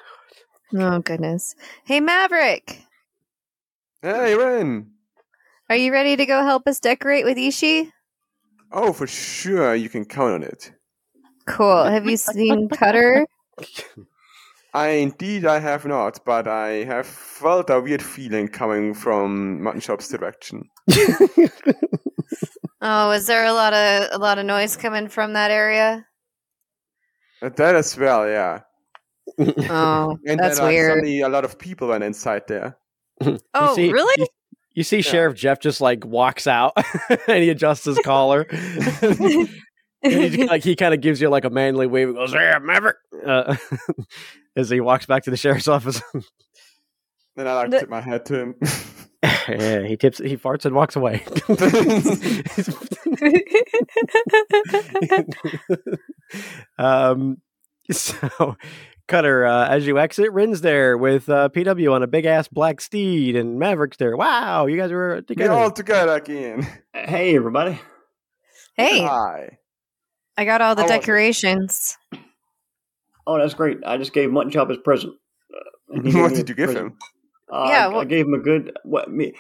Speaker 3: Oh goodness. Hey Maverick,
Speaker 2: Hey, Ren.
Speaker 3: are you ready to go help us decorate with Ishi?
Speaker 2: Oh, for sure, you can count on it.
Speaker 3: Cool. Have you seen Cutter?
Speaker 2: I indeed I have not, but I have felt a weird feeling coming from Mutton Shop's direction.
Speaker 3: Oh, is there a lot of a lot of noise coming from that area?
Speaker 2: Uh, That as well, yeah.
Speaker 3: Oh,
Speaker 2: And
Speaker 3: that's
Speaker 2: then uh,
Speaker 3: weird.
Speaker 2: suddenly a lot of people went inside there.
Speaker 3: Oh,
Speaker 6: see-
Speaker 3: really?
Speaker 6: you- You see Sheriff Jeff just like walks out and he adjusts his collar. and he, just, like he kind of gives you like a manly wave and goes, "Yeah, Maverick," uh, as he walks back to the sheriff's office.
Speaker 2: Then I like
Speaker 3: The-
Speaker 2: tipped my head to him.
Speaker 1: yeah, he tips, he farts and walks away. um, so, Cutter, uh, as you exit, Rin's there with uh, PW on a big ass black steed, and Maverick's there. Wow, you guys were
Speaker 2: We're
Speaker 1: together.
Speaker 2: all together again.
Speaker 4: Hey, everybody.
Speaker 3: hey,
Speaker 2: Hi.
Speaker 3: I got all the
Speaker 2: I wasn't.
Speaker 3: decorations.
Speaker 4: Oh, that's great. I just gave Mutton Chop his present. Uh, and he gave
Speaker 2: What
Speaker 4: me
Speaker 2: did
Speaker 4: a
Speaker 2: you give
Speaker 4: present.
Speaker 2: him?
Speaker 4: Uh,
Speaker 3: Yeah,
Speaker 4: I,
Speaker 3: wha-
Speaker 4: I gave him a good, what, me,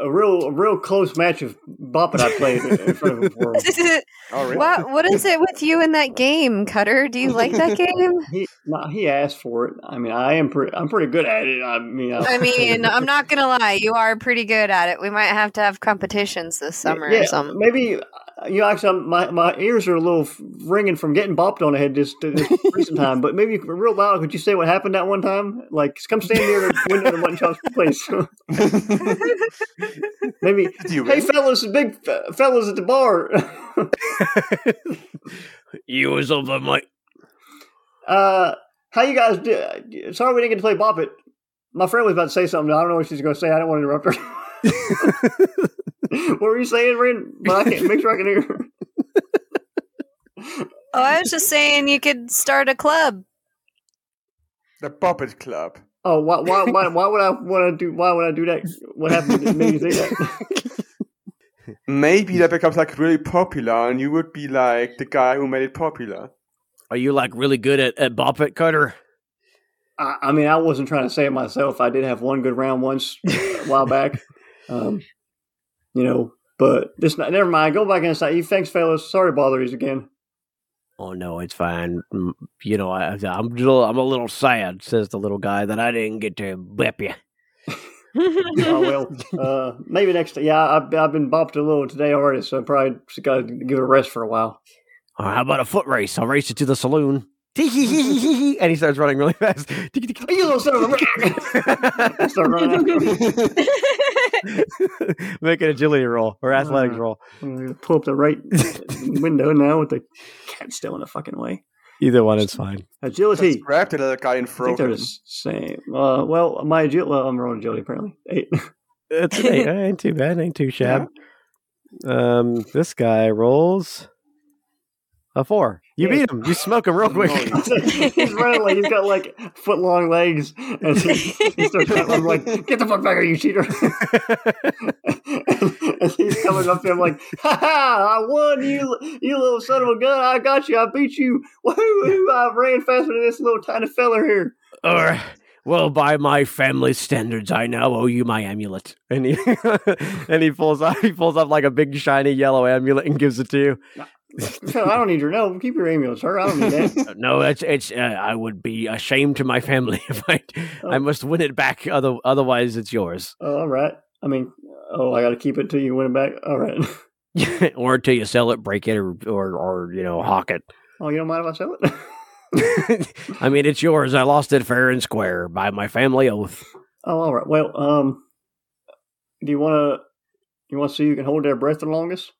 Speaker 4: a real, a real close match of bopping I played in front of him for him.
Speaker 2: Oh, really?
Speaker 3: what what is it with you in that game, Cutter? Do you like that game?
Speaker 4: He, no, he asked for it. I mean, I am pretty, I'm pretty good at it. I mean, I,
Speaker 3: I mean, I'm not gonna lie, you are pretty good at it. We might have to have competitions this summer
Speaker 4: yeah,
Speaker 3: or something.
Speaker 4: maybe uh, you know, actually, I'm- my my ears are a little f- ringing from getting bopped on the head this, this recent time. But maybe real loud, could you say what happened that one time? Like, come stand near the window of the mutton chop's place. maybe.
Speaker 2: Did you
Speaker 4: Hey,
Speaker 2: win?
Speaker 4: fellas, big fe- fellas at the bar.
Speaker 6: You was of the mic.
Speaker 4: uh, how you guys? Do- Sorry, we didn't get to play Bop It. My friend was about to say something. I don't know what she's going to say. I don't want to interrupt her. what were you saying, Ren? But I can't make sure I can hear. her.
Speaker 3: Oh, I was just saying you could start a club.
Speaker 2: The Puppet Club.
Speaker 4: Oh, why, why, why, why would I want to do? Why would I do that? What happened to me? You say that?
Speaker 2: Maybe that becomes like really popular, and you would be like the guy who made it popular.
Speaker 6: Are you like really good at at bop it, Cutter?
Speaker 4: I, I mean, I wasn't trying to say it myself. I did have one good round once a while back, um, you know. But this, night- never mind. Go back inside. You thanks, fellas. Sorry to bother you again.
Speaker 6: Oh no, it's fine. Mm, You know, I, I'm a little, I'm a little sad," says the little guy, "that I didn't get to bop you."
Speaker 4: Oh well, uh, maybe next. time. Yeah, I've, I've been bopped a little today already, so I probably just got to give it a rest for a while.
Speaker 6: Or how about a foot race? I'll race you to the saloon.
Speaker 1: and he starts running really fast.
Speaker 4: You little son of a! I Start running after him.
Speaker 1: Make an agility roll or athletics
Speaker 4: Uh.
Speaker 1: roll.
Speaker 4: I'm gonna Pull up the right window now with the cat still in the fucking way.
Speaker 1: Either one is fine.
Speaker 4: Agility.
Speaker 2: Just grab the little guy and
Speaker 4: I
Speaker 2: throw
Speaker 4: think they're
Speaker 2: him.
Speaker 4: the same. Uh, well, my agility. Well, I'm rolling agility apparently. Eight.
Speaker 1: That's an eight. ain't too bad. Ain't too shab. Um, this guy rolls a four. You
Speaker 4: Yeah.
Speaker 1: beat him. You smoke him real quick.
Speaker 4: he's running like he's got like foot long legs, and he, he starts running. I'm like, "Get the fuck back here, you cheater!" and, he's coming up to him like, "Ha ha! I won you, you little son of a gun! I got you! I beat you! Woohoo! hoo, I ran faster than this little tiny feller here."
Speaker 6: Or, well, by my family standards, I now owe you my amulet.
Speaker 1: and he and he pulls up he pulls up like a big shiny yellow amulet and gives it to you.
Speaker 4: No, I don't need your no. Keep your ambulance, sir. I don't need that.
Speaker 6: No, it's it's. Uh, I would be ashamed to my family if I. I
Speaker 4: Oh.
Speaker 6: must win it back. Other, otherwise, it's yours.
Speaker 4: Oh, all right. I mean, oh, I got to keep it till you win it back. All right.
Speaker 1: or until you sell it, break it, or or, or you know hawk it.
Speaker 4: Oh, you don't mind if I sell it?
Speaker 1: I mean, it's yours. I lost it fair and square by my family oath.
Speaker 4: oh, all right. Well, um, do you want to you want to see who can hold their breath the longest?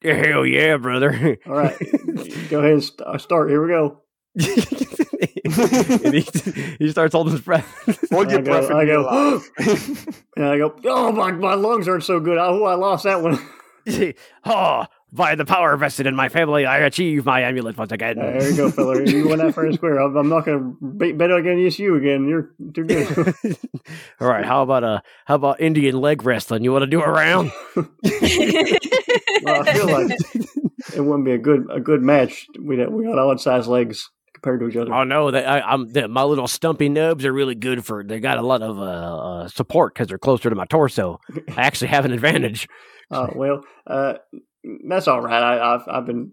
Speaker 1: Hell yeah, brother!
Speaker 4: All right, go ahead and st- uh, start. Here we go.
Speaker 1: And he, he starts holding his breath.
Speaker 2: Hold your
Speaker 4: I go-
Speaker 2: breath
Speaker 4: I
Speaker 2: and
Speaker 4: go,
Speaker 2: go. alive.
Speaker 4: And I go, oh my, my lungs aren't so good. I, oh, I lost that one.
Speaker 1: oh, by the power vested in my family, I achieve my amulet once again.
Speaker 4: Uh, there you go, fella. You won that fair and square. I'm, I'm not going to bet bet against you again. You're too good.
Speaker 1: All right, how about uh, how about Indian leg wrestling? You want to do a round?
Speaker 4: well, I feel like it wouldn't be a good a good match. We got- we got odd sized legs compared to each other.
Speaker 1: Oh no, they, I, I'm the, my little stumpy nubs are really good for. They got a lot of uh, uh, support because they're closer to my torso. I actually have an advantage.
Speaker 4: Uh, well, uh, that's all right. I, I've I've been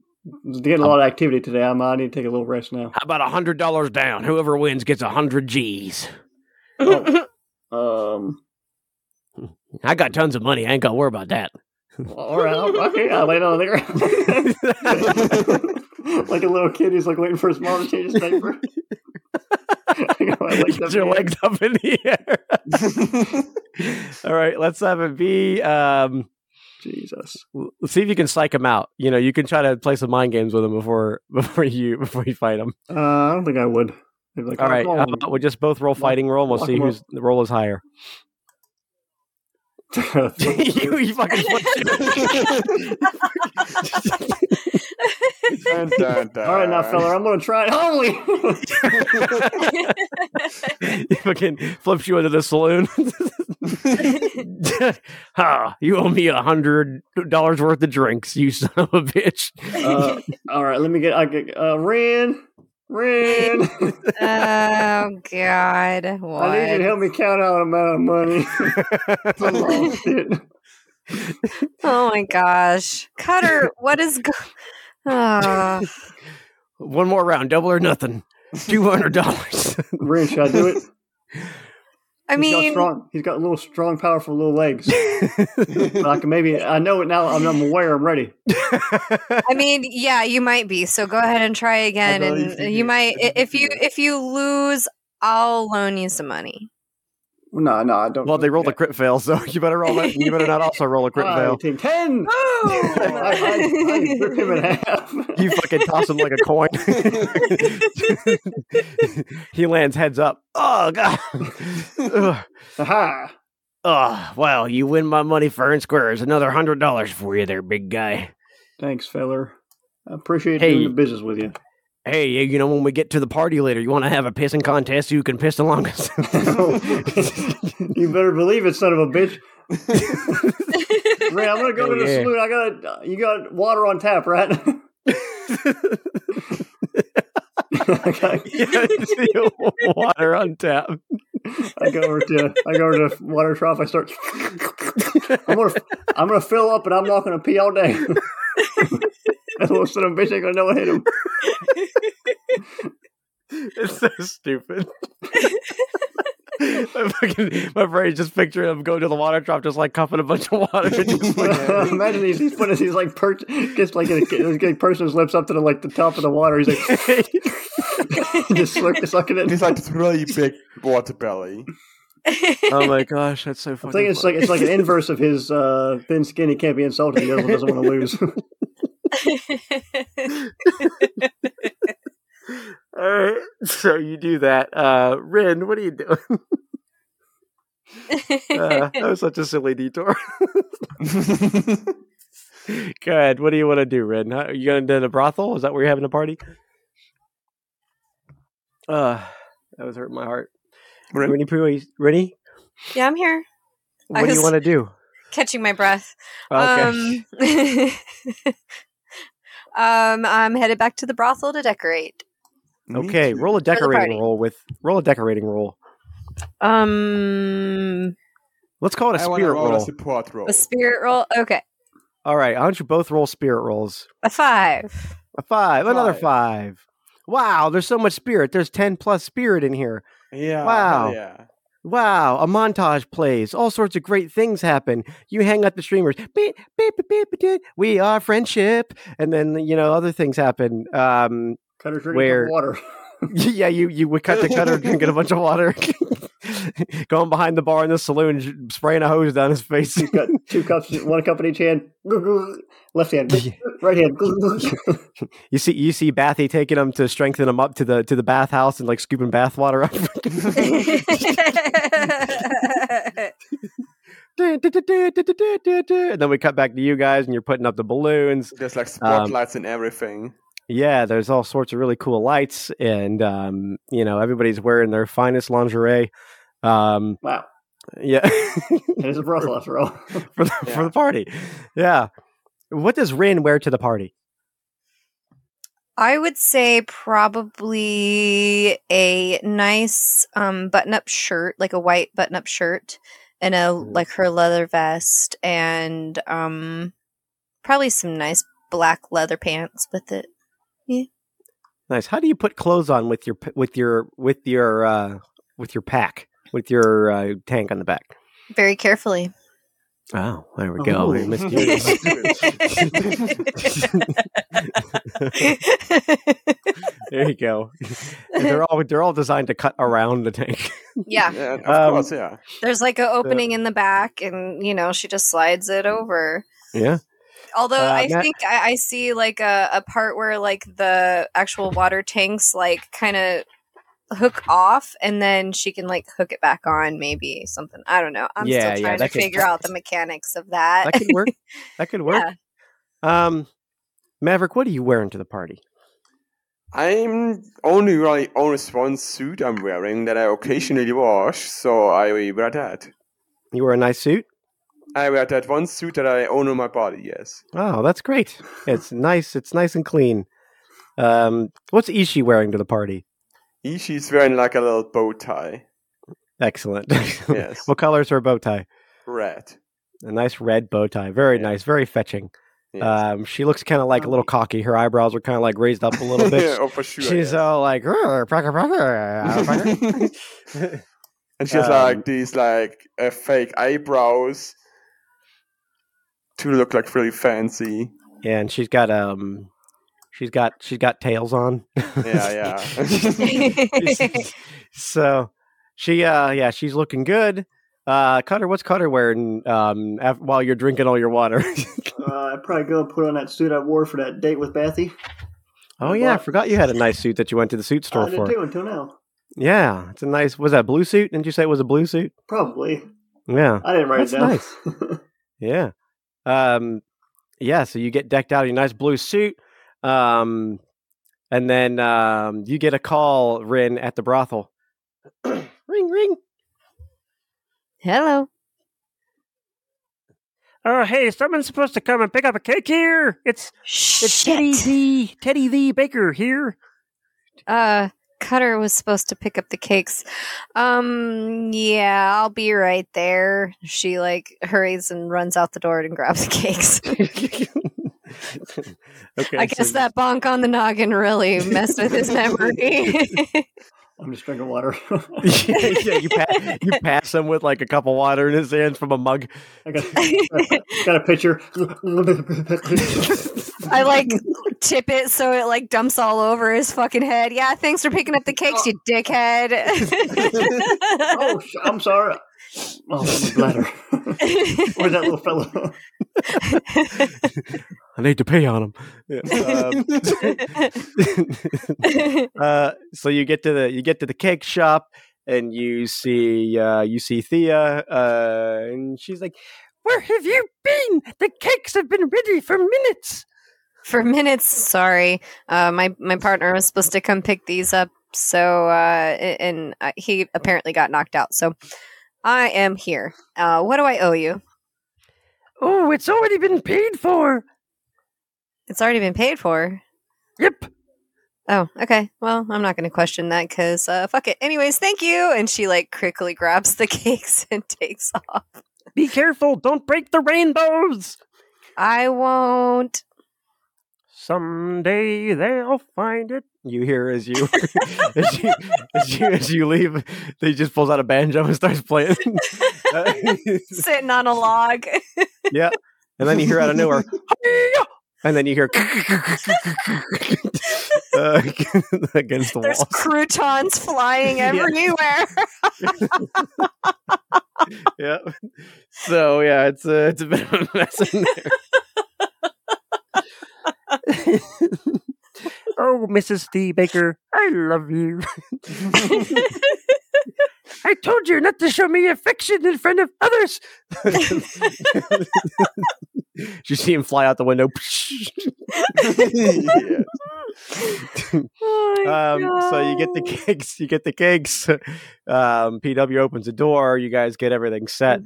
Speaker 4: getting a lot of activity today. I might need to take a little rest now.
Speaker 1: How about a hundred dollars down? Whoever wins gets a hundred G's.
Speaker 4: Um,
Speaker 1: I got tons of money. I ain't gonna worry about that.
Speaker 4: all right, I'll- okay. I laid on the ground like a little kid. He's like waiting for his mom to change his diaper. I know, I like
Speaker 1: Get
Speaker 4: that
Speaker 1: your
Speaker 4: man.
Speaker 1: legs up in the air. All right, let's have it be. Um,
Speaker 4: Jesus.
Speaker 1: l- see if you can psych him out. You know, you can try to play some mind games with him before before you before you fight him.
Speaker 4: Uh, I don't think I would. They'd be like,
Speaker 1: All right,
Speaker 4: "Oh,
Speaker 1: how about we just both roll fighting roll. and We'll
Speaker 4: lock
Speaker 1: see
Speaker 4: him up.
Speaker 1: whose roll is higher.
Speaker 4: come on."
Speaker 1: you, you fucking
Speaker 2: Dun, dun, dun.
Speaker 4: All right, now, fella, I'm gonna try it. Holy!
Speaker 1: he fucking flips you into the saloon. Ah, you owe me a hundred dollars worth of drinks, you son of a bitch.
Speaker 4: uh, all right, let me get. I get uh, Ren, Ren.
Speaker 3: oh God!
Speaker 4: I need you to
Speaker 3: What?
Speaker 4: help me count out amount of money. I lost it.
Speaker 3: Oh my gosh, Cutter! What is? Go- Ah.
Speaker 1: One more round, double or nothing. Two hundred dollars.
Speaker 4: Ren, should I do it?
Speaker 3: I
Speaker 4: he's got
Speaker 3: mean,
Speaker 4: strong. He's got little strong, powerful little legs. But I can maybe. I know it now. I'm, I'm aware. I'm ready.
Speaker 3: I mean, yeah, you might be. So go ahead and try again,
Speaker 2: believe
Speaker 3: and
Speaker 2: you
Speaker 3: you
Speaker 2: do.
Speaker 3: might.
Speaker 2: I
Speaker 3: i- If
Speaker 2: believe
Speaker 3: you
Speaker 2: you
Speaker 3: if you lose, I'll loan you some money.
Speaker 4: No, no, I don't.
Speaker 1: well, they rolled a crit fail, so you better roll. It. You better not also roll a crit
Speaker 4: I
Speaker 1: fail.
Speaker 4: take ten. I, I, I rip him in half.
Speaker 1: You fucking toss him like a coin. he lands heads up. Oh god. Ugh.
Speaker 4: Aha!
Speaker 1: Oh, well, you win my money fair and square. It's another hundred dollars for you there, big guy.
Speaker 4: Thanks, feller. I appreciate
Speaker 1: Hey.
Speaker 4: doing the business with you.
Speaker 1: Hey, you you know, when we get to the party later, you want to have a pissing contest? Who can piss the longest?
Speaker 4: you better believe it, son of a bitch. Ray, I'm gonna go
Speaker 1: Hell
Speaker 4: to the
Speaker 1: yeah.
Speaker 4: saloon. I got you got water on tap, right? I, got-
Speaker 1: Yeah, see, Water on tap.
Speaker 4: I go over to I go over to the water trough. I start. I'm gonna I'm gonna fill up, and I'm not gonna pee all day. that little son of a bitch ain't gonna know what hit him.
Speaker 1: It's so stupid. my, fucking, my brain's just picturing him going to the water drop, just like cupping a bunch of water. And just like,
Speaker 4: Imagine he's, he's putting he's like perch, just like a, a person's lips up to the, like the top of the water. He's like just slurp, sucking it.
Speaker 2: It's like this really big water belly.
Speaker 1: oh my gosh, that's so
Speaker 4: I
Speaker 1: funny.
Speaker 4: think it's like it's like an inverse of his uh, thin skin. He can't be insulted. He doesn't, doesn't want to lose.
Speaker 1: All right, so you do that. Uh, Rin, what are you doing? Uh, that was such a silly detour. Good. What do you want to do, Rin? Huh? Are you going to the brothel? Is that where you're having a party? Uh, that was hurting my heart.
Speaker 2: Rin?
Speaker 1: Rennie, please- Rennie,
Speaker 3: yeah, I'm here,
Speaker 1: what
Speaker 3: I
Speaker 1: do you
Speaker 3: was-
Speaker 1: want to do?
Speaker 3: catching my breath.
Speaker 2: um,
Speaker 1: Okay.
Speaker 3: Um, um, I'm headed back to the brothel to decorate.
Speaker 2: Me
Speaker 1: okay.
Speaker 2: too.
Speaker 1: Roll a decorating
Speaker 3: party.
Speaker 1: roll with roll a decorating roll.
Speaker 3: Um,
Speaker 1: Let's call it a
Speaker 2: I wanna
Speaker 1: spirit
Speaker 2: roll a
Speaker 1: roll.
Speaker 2: support roll.
Speaker 3: a spirit roll. Okay,
Speaker 1: All right. I want you both roll spirit rolls.
Speaker 3: a five.
Speaker 1: A five, another five. Wow, there's so much spirit. There's ten plus spirit in here.
Speaker 2: yeah.
Speaker 1: Wow.
Speaker 2: hell Yeah.
Speaker 1: Wow, a montage plays. All sorts of great things happen. You hang up the streamers. Beep, beep, beep, beep, beep, we are friendship. And then, you know, other things happen. Um,
Speaker 4: Cutter drinking
Speaker 1: Where-
Speaker 4: water.
Speaker 1: yeah, you, you would cut the cutter drinking a bunch of water, going behind the bar in the saloon, j- spraying a hose down his face.
Speaker 4: He's got two cups, one cup in each hand. Left hand, right hand.
Speaker 1: You see, you see Bathy taking him to strengthen him up to the to the bathhouse and like scooping bath water up. and then we cut back to you guys, and you're putting up the balloons.
Speaker 2: There's
Speaker 4: Um,
Speaker 2: like spotlights and everything.
Speaker 1: Yeah, there's all sorts of really cool lights, and um, you know everybody's wearing their finest lingerie. Um,
Speaker 4: wow,
Speaker 1: yeah,
Speaker 4: it is a brothel after all.
Speaker 1: for the, for the party. Yeah, what does Rin wear to the party?
Speaker 3: I would say probably a nice um, button-up shirt, like a white button-up shirt, and a like her leather vest, and um, probably some nice black leather pants with it.
Speaker 1: Nice. How do you put clothes on with your p- with your with your uh, with your pack with your uh, tank on the back?
Speaker 3: Very carefully.
Speaker 1: Oh, there we go.
Speaker 8: Ooh.
Speaker 1: Very mysterious. there you go. And they're all they're all designed to cut around the tank.
Speaker 3: yeah,
Speaker 2: Yeah, of
Speaker 1: Um,
Speaker 2: course, yeah.
Speaker 3: there's like an opening in the back, and you know she just slides it over.
Speaker 1: Yeah.
Speaker 3: Although
Speaker 1: Uh,
Speaker 3: I
Speaker 1: Matt-
Speaker 3: think I, I see like a, a part where like the actual water tanks like kind of hook off and then she can like hook it back on maybe something i don't know i'm
Speaker 1: Yeah, yeah,
Speaker 3: still trying
Speaker 1: that
Speaker 3: to
Speaker 1: could-
Speaker 3: figure out the mechanics of that,
Speaker 1: That could work. That could work. Um, Maverick, what are you wearing to the party?
Speaker 2: I'm only really always one suit I'm wearing that I occasionally wash, so I wear that.
Speaker 1: You wear a nice suit.
Speaker 2: I wear that one suit that I own on my body, yes.
Speaker 1: Oh, that's great. It's nice. It's nice and clean. Um, what's Ishi wearing to the party?
Speaker 2: Ishi's wearing like a little bow tie.
Speaker 1: Excellent.
Speaker 2: Yes.
Speaker 1: what color is her bow tie?
Speaker 2: Red.
Speaker 1: A nice red bow tie. Very nice. Very fetching.
Speaker 2: Yes.
Speaker 1: Um, she looks kind of like a little cocky. Her eyebrows are kind of like raised up a little bit.
Speaker 2: oh, for sure.
Speaker 1: She's
Speaker 2: yes.
Speaker 1: all like, "Rrr, praka, praka, praka."
Speaker 2: and she has
Speaker 1: um,
Speaker 2: like these like uh, fake eyebrows to look like really fancy.
Speaker 1: yeah, and she's got um, she's got she's got tails on.
Speaker 2: Yeah, yeah.
Speaker 1: so she uh, yeah, she's looking good. Uh, Cutter, what's Cutter wearing um af- while you're drinking all your water?
Speaker 4: Uh, I'd probably go put on that suit I wore for that date with Bathy.
Speaker 1: oh yeah, I
Speaker 4: What?
Speaker 1: forgot you had a nice suit that you went to the suit
Speaker 4: I
Speaker 1: store
Speaker 4: did too
Speaker 1: for.
Speaker 4: until now.
Speaker 1: Yeah, it's a nice. Was that a blue suit? Didn't you say it was a blue suit?
Speaker 4: Probably.
Speaker 1: Yeah.
Speaker 4: I didn't write
Speaker 1: That's
Speaker 4: it down.
Speaker 1: nice. Yeah. Um yeah, so you get decked out in your nice blue suit. Um and then um you get a call, Rin, at the brothel. ring ring.
Speaker 3: hello
Speaker 5: Oh, hey, someone's supposed to come and pick up a cake here. It's it's Teddy
Speaker 3: Shit.
Speaker 5: the Teddy the Baker here.
Speaker 3: uh cutter was supposed to pick up the cakes um yeah i'll be right there she like hurries and runs out the door and grabs the cakes
Speaker 1: okay.
Speaker 3: i
Speaker 1: so
Speaker 3: guess that bonk on the noggin really messed with his memory
Speaker 4: I'm just drinking water.
Speaker 1: yeah, yeah, you, pa- you pass him with like a cup of water in his hand from a mug.
Speaker 4: I got, got a picture.
Speaker 3: I like tip it so it like dumps all over his fucking head. Yeah, thanks for picking up the cakes, you dickhead.
Speaker 4: oh, sh- I'm sorry. Oh, that's my bladder. Where's that little fella?
Speaker 1: I need to pee on him. Yeah, um, uh, so you get to the you get to the cake shop and you see uh, you see Thea uh, and she's like
Speaker 5: Where have you been? The cakes have been ready for minutes.
Speaker 3: for minutes, sorry. Uh, my my partner was supposed to come pick these up, so uh, a- and uh, he apparently got knocked out. So I am here. Uh, what do I owe you?
Speaker 5: Oh, it's already been paid for.
Speaker 3: It's already been paid for.
Speaker 5: Yep.
Speaker 3: Oh, okay. Well, I'm not going to question that because uh, fuck it. Anyways, thank you. And she like quickly grabs the cakes and takes off.
Speaker 5: Be careful. Don't break the rainbows.
Speaker 3: I won't.
Speaker 5: Someday they'll find it.
Speaker 1: You hear as you as you, as you as you leave, he just pulls out a banjo and starts playing. Uh,
Speaker 3: Sitting on a log.
Speaker 1: yeah, and then you hear out of nowhere, "Hi-yah!" and then you hear uh, against the
Speaker 3: There's
Speaker 1: wall.
Speaker 3: croutons flying everywhere.
Speaker 1: Yeah. So yeah, it's a it's a bit of a mess in there.
Speaker 5: Oh, Mrs. D. Baker, I love you. I told you not to show me affection in front of others.
Speaker 1: You see him fly out the window.
Speaker 2: yeah.
Speaker 3: Oh my
Speaker 1: um, so you get the
Speaker 3: God.
Speaker 1: cakes. You get the cakes. Um, PW opens the door. You guys get everything set.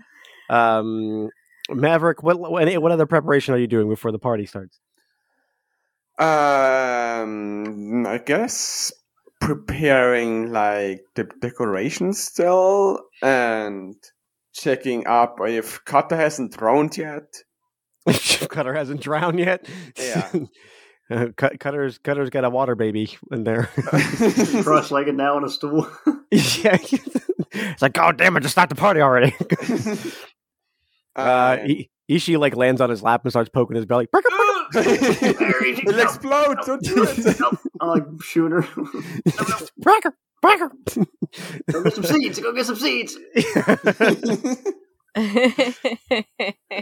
Speaker 1: Um, Maverick, what what what other preparation are you doing before the party starts?
Speaker 2: Um, I guess preparing like the decorations still and checking up if Kata hasn't drowned yet.
Speaker 1: Cutter hasn't drowned yet.
Speaker 2: Yeah.
Speaker 1: Uh, Cut- Cutter's Cutter's got a water baby in there.
Speaker 4: cross-legged now on a stool.
Speaker 1: yeah, it's like, God damn it! Just start the party already. Uh,
Speaker 2: Uh,
Speaker 1: I- Ishii like lands on his lap and starts poking his belly.
Speaker 2: It'll explode! Don't do it!
Speaker 4: I'm like shooting her.
Speaker 1: Bracker, bracker.
Speaker 4: go get some seeds. Go get some seeds.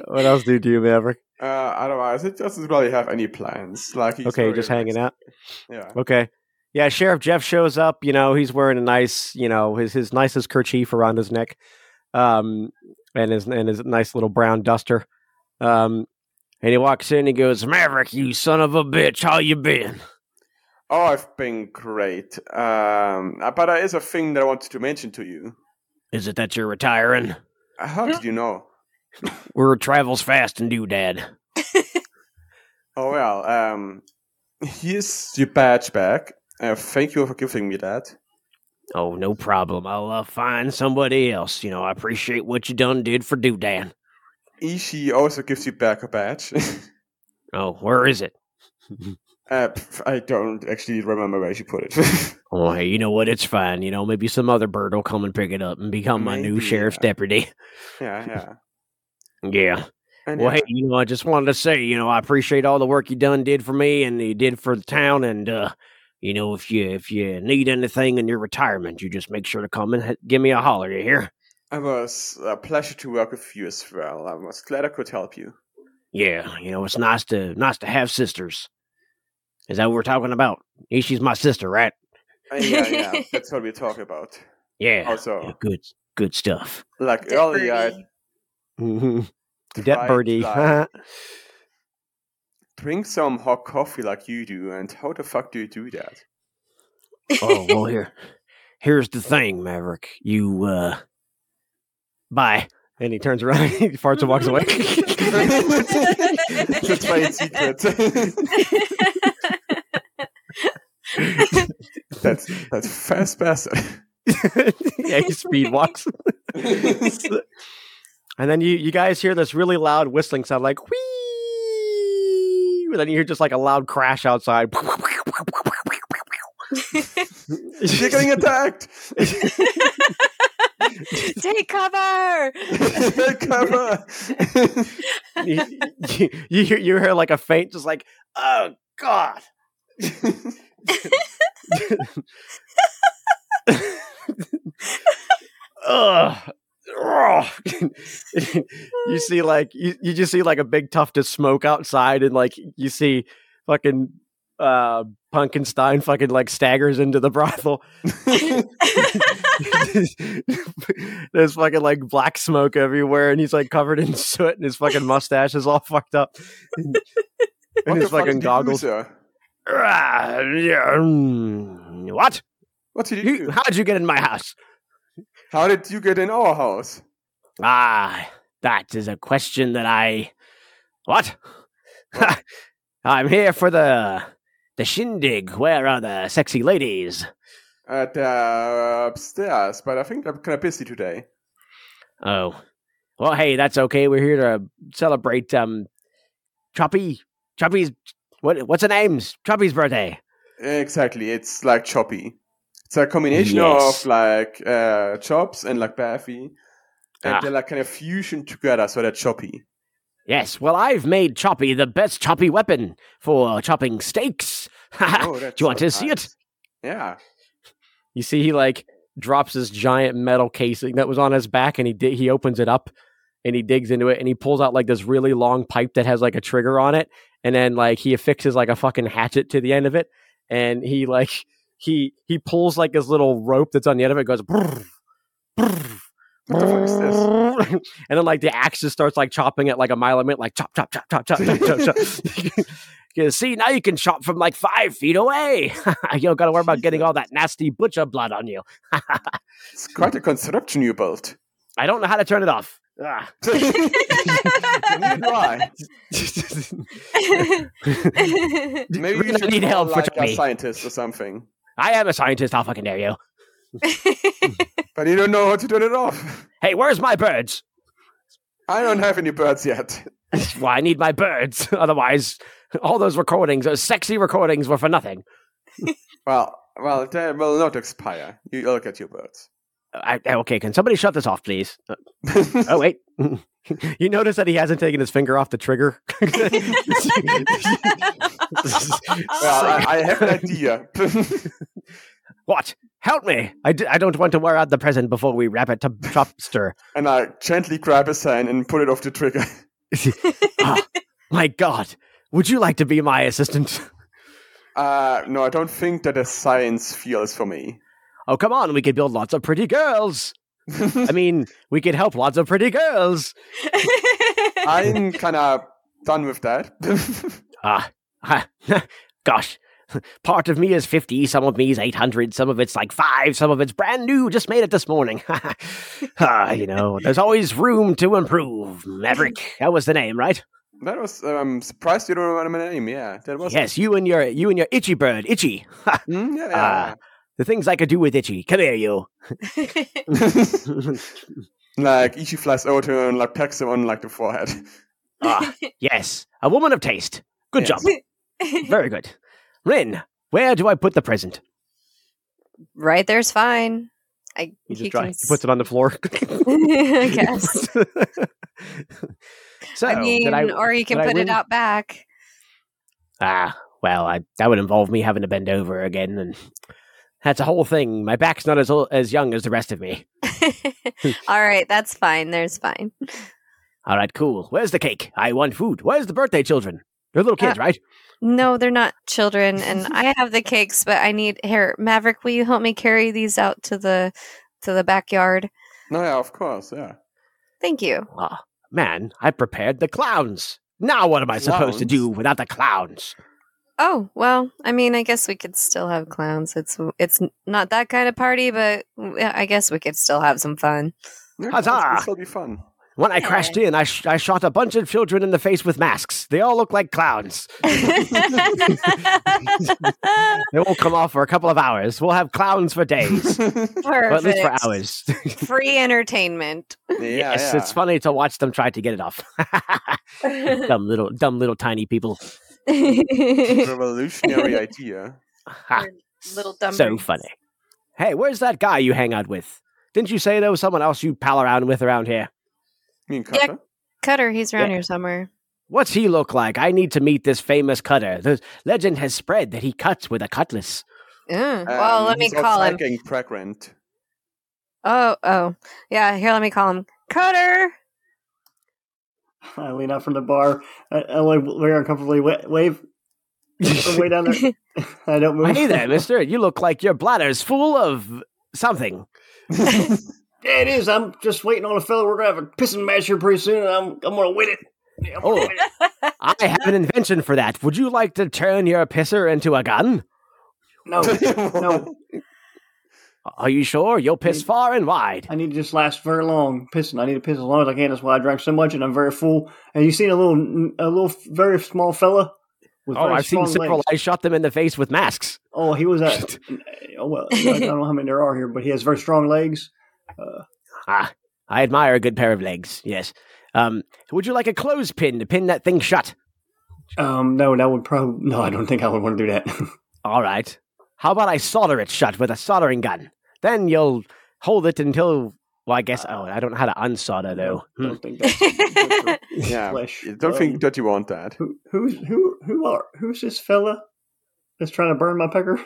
Speaker 1: what else do you do, Maverick?
Speaker 2: Uh, otherwise, it doesn't really have any plans. Like he's
Speaker 1: Okay,
Speaker 2: very
Speaker 1: just hanging
Speaker 2: relaxed.
Speaker 1: out.
Speaker 2: Yeah.
Speaker 1: Okay. Yeah, Sheriff Jeff shows up. You know, he's wearing a nice, you know, his his nicest kerchief around his neck, um, and his and his nice little brown duster. Um, and he walks in. and He goes, "Maverick, you son of a bitch, how you been?"
Speaker 2: Oh, I've been great. Um, uh, but there is a thing that I wanted to mention to you.
Speaker 6: Is it that you're retiring?
Speaker 2: How did you know?
Speaker 6: We're travels fast and do, Dad.
Speaker 2: Oh well. Um, here's your badge back. Uh, thank you for giving me that.
Speaker 6: Oh, no problem. I'll uh, find somebody else. You know, I appreciate what you done did for Doodan.
Speaker 2: Ishi E also gives you back a badge.
Speaker 6: Oh, where is it?
Speaker 2: uh, pff, I don't actually remember where she put it.
Speaker 6: Oh, hey, you know what? It's fine. You know, maybe some other bird will come and pick it up and become my new
Speaker 2: Maybe, uh,
Speaker 6: sheriff's
Speaker 2: yeah.
Speaker 6: deputy.
Speaker 2: yeah, yeah.
Speaker 6: Yeah.
Speaker 2: And
Speaker 6: Well,
Speaker 2: yeah,
Speaker 6: hey, you know, I just wanted to say, you know, I appreciate all the work you done did for me and you did for the town. And, uh, you know, if you if you need anything in your retirement, you just make sure to come and h- give me a holler. You hear?
Speaker 2: it was a pleasure to work with you as well. I was glad I could help you.
Speaker 6: Yeah, you know, it's nice to nice to have sisters. Is that what we're talking about? Ishi's my sister, right?
Speaker 2: Uh, yeah, yeah. That's what we talk about.
Speaker 6: Yeah.
Speaker 2: Also,
Speaker 6: Yeah, good good stuff.
Speaker 2: like earlier, I
Speaker 1: Mhm.
Speaker 2: tried,
Speaker 1: Debt birdie.
Speaker 2: like, drink some hot coffee like you do, and how the fuck do you do that?
Speaker 6: Oh well here here's the thing, Maverick. You uh bye.
Speaker 1: and he turns around, he farts and walks away.
Speaker 2: the trade secret. that's that's fast bastard.
Speaker 1: yeah, he speed walks. and then you, you guys hear this really loud whistling sound, like whee. And then you hear just like a loud crash outside.
Speaker 2: You're getting attacked.
Speaker 3: Take cover.
Speaker 2: Cover.
Speaker 1: you, you, you hear, you hear like a faint, just like oh god. Ugh. Ugh. you see like you, you just see like a big tuft of smoke outside and like you see fucking uh Punkenstein fucking like staggers into the brothel. There's fucking like black smoke everywhere and he's like covered in soot and his fucking mustache is all fucked up. And,
Speaker 2: What the
Speaker 1: his
Speaker 2: fuck
Speaker 1: fucking
Speaker 2: did you do,
Speaker 1: goggles.
Speaker 2: sir?
Speaker 6: Ah, yeah, mm, What?
Speaker 2: What did you
Speaker 6: You,
Speaker 2: do?
Speaker 6: how'd you get in my house?
Speaker 2: How did you get in our house?
Speaker 6: Ah, that is a question that I. What? I'm here for the the shindig. Where are the sexy ladies?
Speaker 2: At uh, upstairs, but I think I'm kind of busy today.
Speaker 6: Oh, well, hey, that's okay. We're here to celebrate um, Choppy Choppy's What what's her name's Choppy's birthday?
Speaker 2: Exactly. It's like choppy. It's a combination
Speaker 6: Yes.
Speaker 2: of like uh, chops and like Baffy. And
Speaker 6: Ah.
Speaker 2: they're like kind of fusion together, so they're choppy.
Speaker 6: Yes, well, I've made Choppy the best choppy weapon for chopping steaks. Do
Speaker 2: Oh, that's
Speaker 6: you want
Speaker 2: so
Speaker 6: to see it?
Speaker 2: Yeah.
Speaker 1: You see, he like drops his giant metal casing that was on his back, and he di- he opens it up, and he digs into it, and he pulls out like this really long pipe that has like a trigger on it, and then like he affixes like a fucking hatchet to the end of it, and he like he he pulls like this little rope that's on the end of it, goes. Brrr, brrr,
Speaker 2: What the fuck is
Speaker 1: and then like the axe just starts like chopping at like a mile a minute, like chop, chop, chop, chop, chop, chop, chop, chop. You see, now you can chop from like five feet away. you don't got to worry about getting all that nasty butcher blood on you.
Speaker 2: It's quite a construction you built.
Speaker 1: I don't know how to turn it off. Ah.
Speaker 2: Neither do I. Maybe
Speaker 1: Really
Speaker 2: you should
Speaker 1: need
Speaker 2: call,
Speaker 1: help for
Speaker 2: like a
Speaker 1: choppy.
Speaker 2: scientist or something.
Speaker 1: I am a scientist. I'll fucking dare you.
Speaker 2: But you don't know how to turn it off.
Speaker 1: Hey, where's my birds?
Speaker 2: I don't have any birds yet.
Speaker 1: Well, I need my birds. Otherwise, all those recordings, those sexy recordings, were for nothing.
Speaker 2: Well, well,
Speaker 1: uh,
Speaker 2: they will not expire. You all get your birds.
Speaker 1: I, I- okay, can somebody shut this off, please? Uh, oh wait, you notice that he hasn't taken his finger off the trigger.
Speaker 2: Well, I, I have an idea.
Speaker 1: what? Help me! I, d- I don't want to wear out the present before we wrap it to chopster.
Speaker 2: and I gently grab his hand and put it off the trigger.
Speaker 1: Ah, my God, would you like to be my assistant?
Speaker 2: Uh, no, I don't think that a science field is for me.
Speaker 1: Oh come on, we could build lots of pretty girls. I mean, we could help lots of pretty girls.
Speaker 2: I'm kind of done with that.
Speaker 1: Ah, ha, gosh. Part of me is 50, some of me is 800, some of it's like 5, some of it's brand new, just made it this morning. ah, you know, there's always room to improve. Maverick, that was the name, right?
Speaker 2: that was. uh, I'm surprised you don't remember my name. Yeah, that was.
Speaker 1: Yes, you and your you and your itchy bird, itchy. Ha,
Speaker 2: Mm, yeah,
Speaker 1: Ah.
Speaker 2: yeah.
Speaker 1: the things I could do with itchy. Come here, you.
Speaker 2: like Ichi flies over to him and like pecks him on like the forehead.
Speaker 1: Ah, yes, a woman of taste. Good
Speaker 2: Yes.
Speaker 1: job. Very good. Rin, where do I put the present?
Speaker 3: right there's fine. I
Speaker 1: He just
Speaker 3: he
Speaker 1: dry-
Speaker 3: can
Speaker 1: he puts it on the floor.
Speaker 3: I guess.
Speaker 1: so,
Speaker 3: I mean,
Speaker 1: did I,
Speaker 3: or you can
Speaker 1: did I
Speaker 3: put
Speaker 1: win?
Speaker 3: it out back.
Speaker 1: Ah, well, I, that would involve me having to bend over again, and that's a whole thing. My back's not as ol- as young as the rest of me.
Speaker 3: All right, that's fine. There's fine.
Speaker 1: All right, cool. Where's the cake? I want food. Where's the birthday children? They're little kids, right?
Speaker 3: No, they're not children, and I have the cakes, but I need here. Maverick, will you help me carry these out to the to the backyard?
Speaker 2: No, yeah, of course, yeah.
Speaker 3: Thank you.
Speaker 1: Ah, man, I prepared the clowns. Now what am I supposed to do
Speaker 2: Clowns?
Speaker 1: without the clowns?
Speaker 3: Oh well, I mean, I guess we could still have clowns. It's it's not that kind of party, but I guess we could still have some fun.
Speaker 2: yeah
Speaker 1: Huzzah!
Speaker 2: This will be fun.
Speaker 1: When I crashed in, I, sh- I shot a bunch of children in the face with masks. They all look like clowns.
Speaker 3: Perfect.
Speaker 1: They won't come off for a couple of hours. We'll have clowns for days, or at least for hours.
Speaker 3: Free entertainment.
Speaker 2: Yeah,
Speaker 1: yes,
Speaker 2: yeah.
Speaker 1: it's funny to watch them try to get it off. dumb little, dumb little tiny people.
Speaker 2: revolutionary idea.
Speaker 1: Ha,
Speaker 3: Little dumb.
Speaker 1: so funny. Hey, where's that guy you hang out with? Didn't you say there was someone else you pal around with around here?
Speaker 2: Me and
Speaker 3: Yeah.
Speaker 2: Kata.
Speaker 3: Cutter, he's around
Speaker 1: Yeah.
Speaker 3: here somewhere.
Speaker 1: What's he look like? I need to meet this famous cutter. The legend has spread that he cuts with a cutlass.
Speaker 2: Uh,
Speaker 3: Mm. well, let me call him.
Speaker 2: Um, Getting pregnant.
Speaker 3: Oh, oh, yeah. Here, let me call him. Cutter.
Speaker 4: I lean out from the bar. I, I like very uncomfortably wa- wave from way down there. I don't move.
Speaker 1: hey there, mister. You look like your bladder's full of something.
Speaker 4: Yeah, it is. I'm just waiting on a fellow. We're gonna have a pissing match here pretty soon, and I'm I'm gonna win it. Yeah, I'm gonna
Speaker 1: Oh.
Speaker 4: win it.
Speaker 1: I have an invention for that. Would you like to turn your pisser into a gun?
Speaker 4: No,
Speaker 1: Oh,
Speaker 4: no.
Speaker 1: Are you sure? You'll piss far and wide.
Speaker 4: I need to just last very long pissing. I need to piss as long as I can. That's why I drank so much, and I'm very full. And you seen a little, a little, very small fella. With
Speaker 1: Oh,
Speaker 4: very
Speaker 1: I've seen
Speaker 4: strong
Speaker 1: several.
Speaker 4: legs.
Speaker 1: I shot them in the face with masks.
Speaker 4: Oh, he was at. oh, well, I don't know how many there are here, but he has very strong legs.
Speaker 1: Ah, I admire a good pair of legs. Yes. Um, would you like a clothespin to pin that thing shut?
Speaker 4: Um, no, that would probably no. I don't think I would want to do that.
Speaker 1: All right. How about I solder it shut with a soldering gun? Then you'll hold it until. Well, I guess. Oh, I don't know how to unsolder though. Hmm.
Speaker 4: don't think that's,
Speaker 2: Yeah.
Speaker 4: Flesh.
Speaker 2: I Don't
Speaker 4: Um,
Speaker 2: think that you want that.
Speaker 4: who who's who who are who's this fella that's trying to burn my pecker?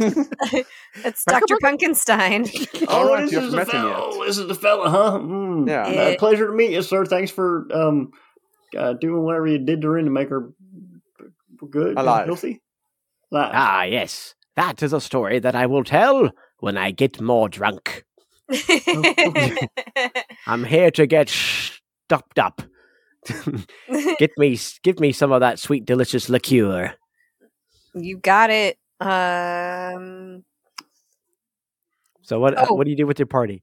Speaker 3: It's Dr. Punkenstein.
Speaker 2: All right, you
Speaker 4: this Oh, is
Speaker 2: haven't
Speaker 4: the
Speaker 2: met him
Speaker 4: fella.
Speaker 2: yet.
Speaker 4: Oh, This is the fella, huh? Mm.
Speaker 2: Yeah.
Speaker 4: Uh,
Speaker 3: Yeah.
Speaker 4: pleasure to meet you, sir. Thanks for um uh, doing whatever you did to her to make her good,
Speaker 2: Alive.
Speaker 4: healthy. Alive.
Speaker 1: Ah, yes. That is a story that I will tell when I get more drunk. I'm here to get stopped up. get me, give me some of that sweet, delicious liqueur.
Speaker 3: you got it. Um,
Speaker 1: So what? uh,
Speaker 3: Oh.
Speaker 1: what do you do with your party?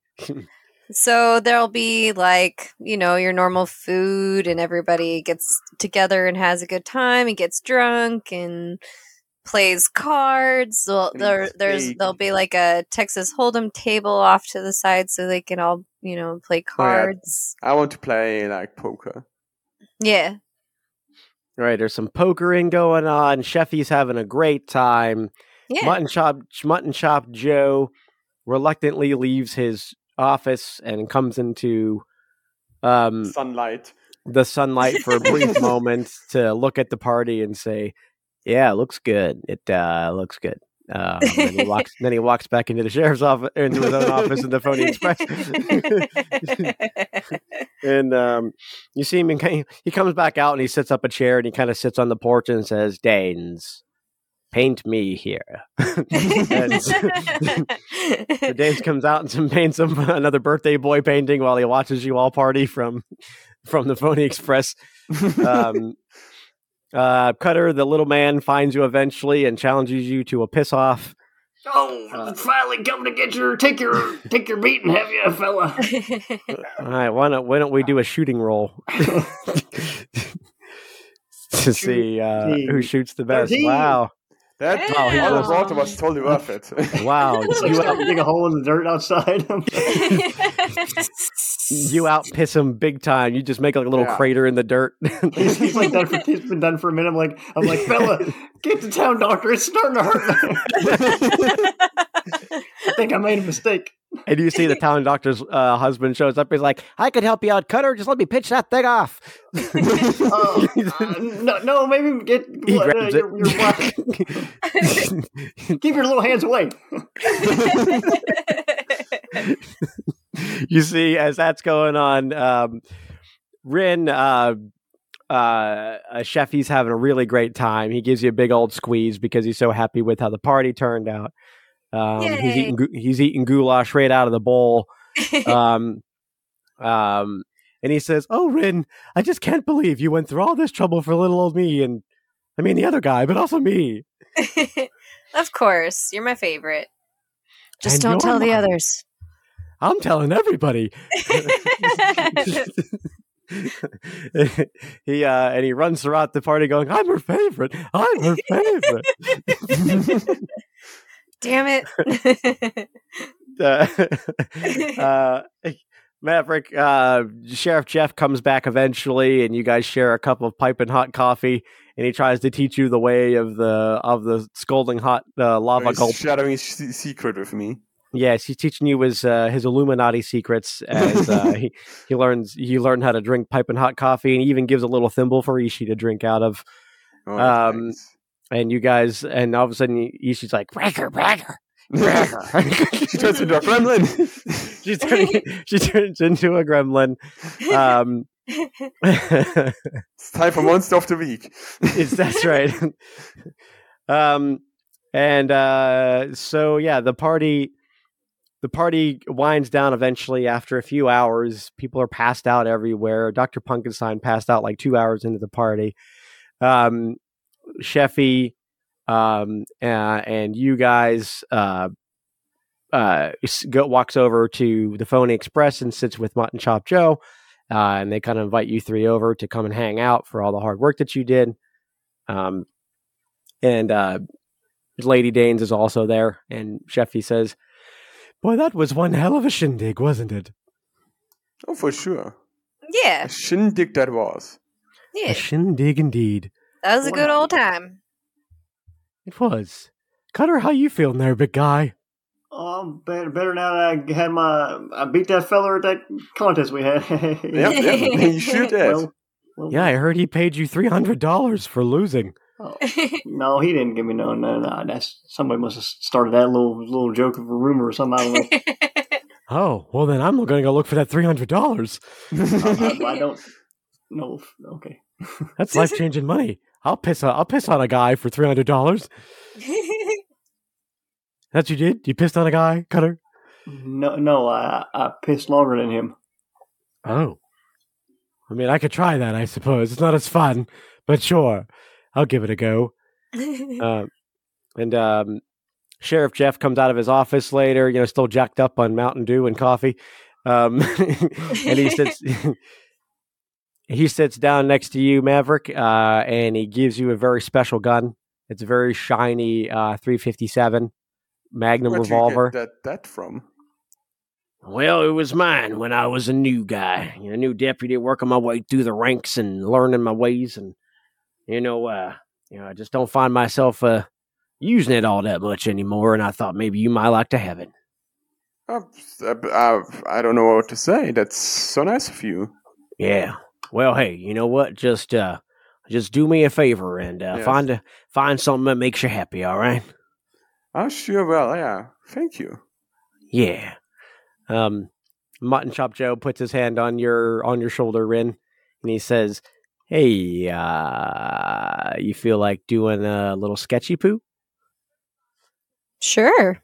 Speaker 3: So there'll be like, you know, your normal food and everybody gets together and has a good time and gets drunk and plays cards. There'll,
Speaker 2: And
Speaker 3: there
Speaker 2: eats
Speaker 3: there's
Speaker 2: cake.
Speaker 3: there'll be like a Texas Hold'em table off to the side so they can all, you know, play cards.
Speaker 2: I want to play like poker.
Speaker 3: yeah.
Speaker 1: All right, there's some pokering going on. Sheffy's having a great time.
Speaker 3: Yeah.
Speaker 1: Mutton Chop Mutton Chop Joe reluctantly leaves his office and comes into um,
Speaker 2: Sunlight.
Speaker 1: the sunlight for a brief moment to look at the party and say, "Yeah, it looks good. It uh, looks good." Um, and then, he walks, then he walks back into the sheriff's office, into his own office in the Phony Express, and um, you see him. In, ki- he comes back out and he sits up a chair and he kind of sits on the porch and says, "Danes, paint me here." And so- so Danes comes out and some paints him another birthday boy painting while he watches you all party from from the Phony Express. Um, uh, Cutter, the little man, finds you eventually and challenges you to a piss off.
Speaker 4: Oh, finally come to get your take your take your beating, have you, fella?
Speaker 1: All right, why don't why don't we do a shooting roll to see uh, who
Speaker 4: Thirteen.
Speaker 1: shoots the best?
Speaker 4: Thirteen.
Speaker 1: Wow,
Speaker 2: That
Speaker 3: Wow,
Speaker 1: Oh,
Speaker 3: he
Speaker 2: all
Speaker 3: was-
Speaker 2: the water was totally worth it.
Speaker 1: wow,
Speaker 4: It's like
Speaker 1: you
Speaker 4: stop
Speaker 1: out,
Speaker 4: and dig a hole in the dirt outside.
Speaker 1: you out piss him big time. You just make like a little
Speaker 2: Yeah.
Speaker 1: crater in the dirt.
Speaker 4: he's, he's like done for, he's been done for a minute. I'm like I'm like fella, get to town, doctor. It's starting to hurt. I think I made a mistake.
Speaker 1: And you see the town doctor's uh, husband shows up. He's like, "I could help you out, Cutter. Just let me pitch that thing off."
Speaker 4: Oh, uh, no, no, maybe get
Speaker 1: He
Speaker 4: what, uh,
Speaker 1: grabs
Speaker 4: your, your wife.
Speaker 1: it.
Speaker 4: Keep your little hands away.
Speaker 1: you see, as that's going on, um, Rin, uh, uh, uh, chef, he's having a really great time. He gives you a big old squeeze because he's so happy with how the party turned out. Um, he's
Speaker 3: Yay.
Speaker 1: eating gu- he's eating goulash right out of the bowl. um, um, and he says, "Oh, Rin, I just can't believe you went through all this trouble for little old me, and I mean the other guy, but also me."
Speaker 3: of course, you're my favorite. Just
Speaker 1: And
Speaker 3: don't
Speaker 1: you're
Speaker 3: tell the
Speaker 1: mine.
Speaker 3: others.
Speaker 1: I'm telling everybody. he uh, and he runs throughout the party, going, "I'm her favorite. I'm her favorite."
Speaker 3: Damn it.
Speaker 1: uh, uh, Maverick, uh, Sheriff Jeff comes back eventually, and you guys share a cup of pipe and hot coffee. And he tries to teach you the way of the of the scalding hot uh, lava
Speaker 2: He's
Speaker 1: gulp.
Speaker 2: sharing his se- secret with me.
Speaker 1: Yes, he's teaching you his uh, his Illuminati secrets as uh, he he learns he learned how to drink pipe and hot coffee, and he even gives a little thimble for Ishi to drink out of.
Speaker 2: Oh,
Speaker 1: Um,
Speaker 2: thanks.
Speaker 1: And you guys, and all of a sudden, Ishi's like bragger, bragger,
Speaker 2: she turns into a gremlin.
Speaker 1: She's turning, she turns into a gremlin. Um,
Speaker 2: It's time for monster of the week.
Speaker 1: it's that's right. um, and uh, so yeah, the party the party winds down eventually after a few hours. People are passed out everywhere. Doctor Punkenstein passed out like two hours into the party. Um, Sheffy, um, uh, and you guys. Uh, uh, s- go, walks over to the Phony Express and sits with Mutton Chop Joe, uh, and they kind of invite you three over to come and hang out for all the hard work that you did. Um, and uh, Lady Danes is also there, and Sheffy says, "Boy, that was one hell of a shindig, wasn't it?"
Speaker 2: Oh, for sure.
Speaker 3: yeah.
Speaker 2: A shindig that was.
Speaker 3: Yeah.
Speaker 1: A shindig indeed.
Speaker 3: That was a good old time.
Speaker 1: It was. Cutter, how you feeling there, big guy?
Speaker 4: Oh, I'm better, better now that I had my. I beat that fella at that contest we had. yep,
Speaker 2: yep, you sure did.
Speaker 4: Well,
Speaker 1: Yeah, I heard he paid you three hundred dollars for losing.
Speaker 4: oh, no, he didn't give me no, no, no. That's somebody must have started that little little joke of a rumor or something. I don't know.
Speaker 1: Oh, well then I'm gonna go look for that three hundred dollars.
Speaker 4: I, I don't know. if- Okay.
Speaker 1: That's life changing money. I'll piss on I'll piss on a guy for three hundred dollars. That's what you did? You pissed on a guy, Cutter?
Speaker 4: No, no, I I pissed longer than him.
Speaker 1: Oh. I mean I could try that, I suppose. It's not as fun, but sure. I'll give it a go. Uh, and um, Sheriff Jeff comes out of his office later, you know, still jacked up on Mountain Dew and coffee. Um, and he sits he sits down next to you, Maverick, uh, and he gives you a very special gun. It's a very shiny uh, 357 Magnum
Speaker 2: Where'd you get
Speaker 1: revolver.
Speaker 2: that that from?
Speaker 9: Well, it was mine when I was a new guy, a new deputy, working my way through the ranks and learning my ways, and you know, uh, you know, I just don't find myself uh, using it all that much anymore. And I thought maybe you might like to have it.
Speaker 2: Uh, uh, I don't know what to say. That's so nice of you.
Speaker 9: Yeah. Well, hey, you know what? Just uh, just do me a favor and uh,
Speaker 2: Yes.
Speaker 9: find a find something that makes you happy. All right.
Speaker 2: Oh, sure. Well, yeah. Thank you.
Speaker 9: Yeah.
Speaker 1: Um, Mutton Chop Joe puts his hand on your on your shoulder, Rin, and he says, "Hey, uh, you feel like doing a little sketchy poo?
Speaker 3: Sure.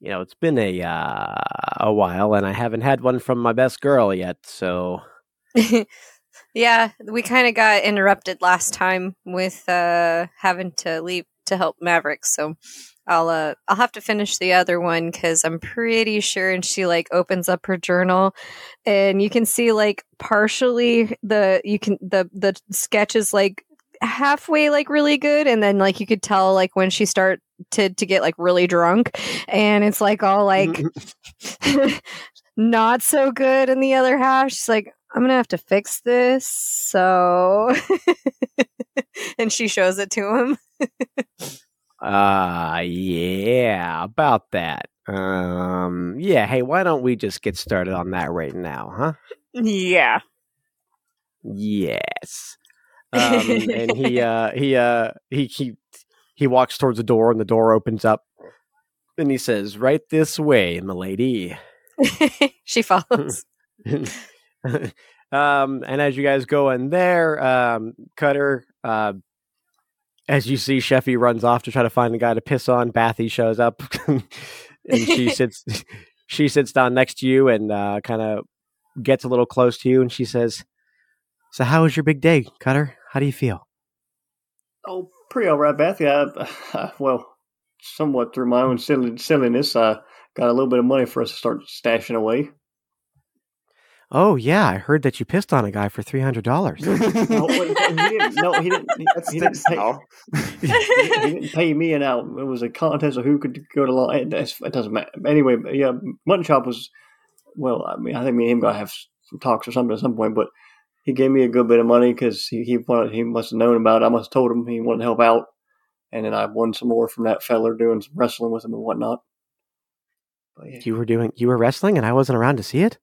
Speaker 1: You know, it's been a uh, a while, and I haven't had one from my best girl yet. So,
Speaker 3: yeah, we kind of got interrupted last time with uh having to leave to help Maverick, so I'll uh I'll have to finish the other one cuz I'm pretty sure and she like opens up her journal and you can see like partially the you can the the sketch is like halfway like really good and then like you could tell like when she started to get like really drunk and it's like all like not so good in the other half. She's like, I'm gonna have to fix this. So, and she shows it to him.
Speaker 1: uh, yeah, about that. Um, yeah. Hey, why don't we just get started on that right now, huh?
Speaker 3: Yeah.
Speaker 1: Yes. Um, and he uh, he uh, he he he walks towards the door, and the door opens up, and he says, "Right this way, milady."
Speaker 3: she follows.
Speaker 1: um, and as you guys go in there, um, Cutter, uh, as you see, Sheffy runs off to try to find a guy to piss on. Bathy shows up, and she sits. she sits down next to you and uh, kind of gets a little close to you, and she says, "So, how was your big day, Cutter? How do you feel?"
Speaker 4: Oh, pretty all right, Beth. Yeah, I, well, somewhat through my own silly, silliness, I got a little bit of money for us to start stashing away.
Speaker 1: Oh yeah, I heard that you pissed on a guy for three hundred dollars.
Speaker 4: No, wait, he didn't. No, he didn't. He,
Speaker 2: That
Speaker 4: he didn't
Speaker 2: sticks
Speaker 4: pay,
Speaker 2: now.
Speaker 4: he didn't pay me an out. It was a contest of who could go to law. It, that's- it doesn't matter. Anyway, yeah, Mutton Chop was. Well, I mean, I think me and him got to have some talks or something at some point, but he gave me a good bit of money because he he, wanted, he must have known about it. I must have told him he wanted to help out, and then I won some more from that feller doing some wrestling with him and whatnot. But yeah.
Speaker 1: You were doing you were wrestling, and I wasn't around to see it.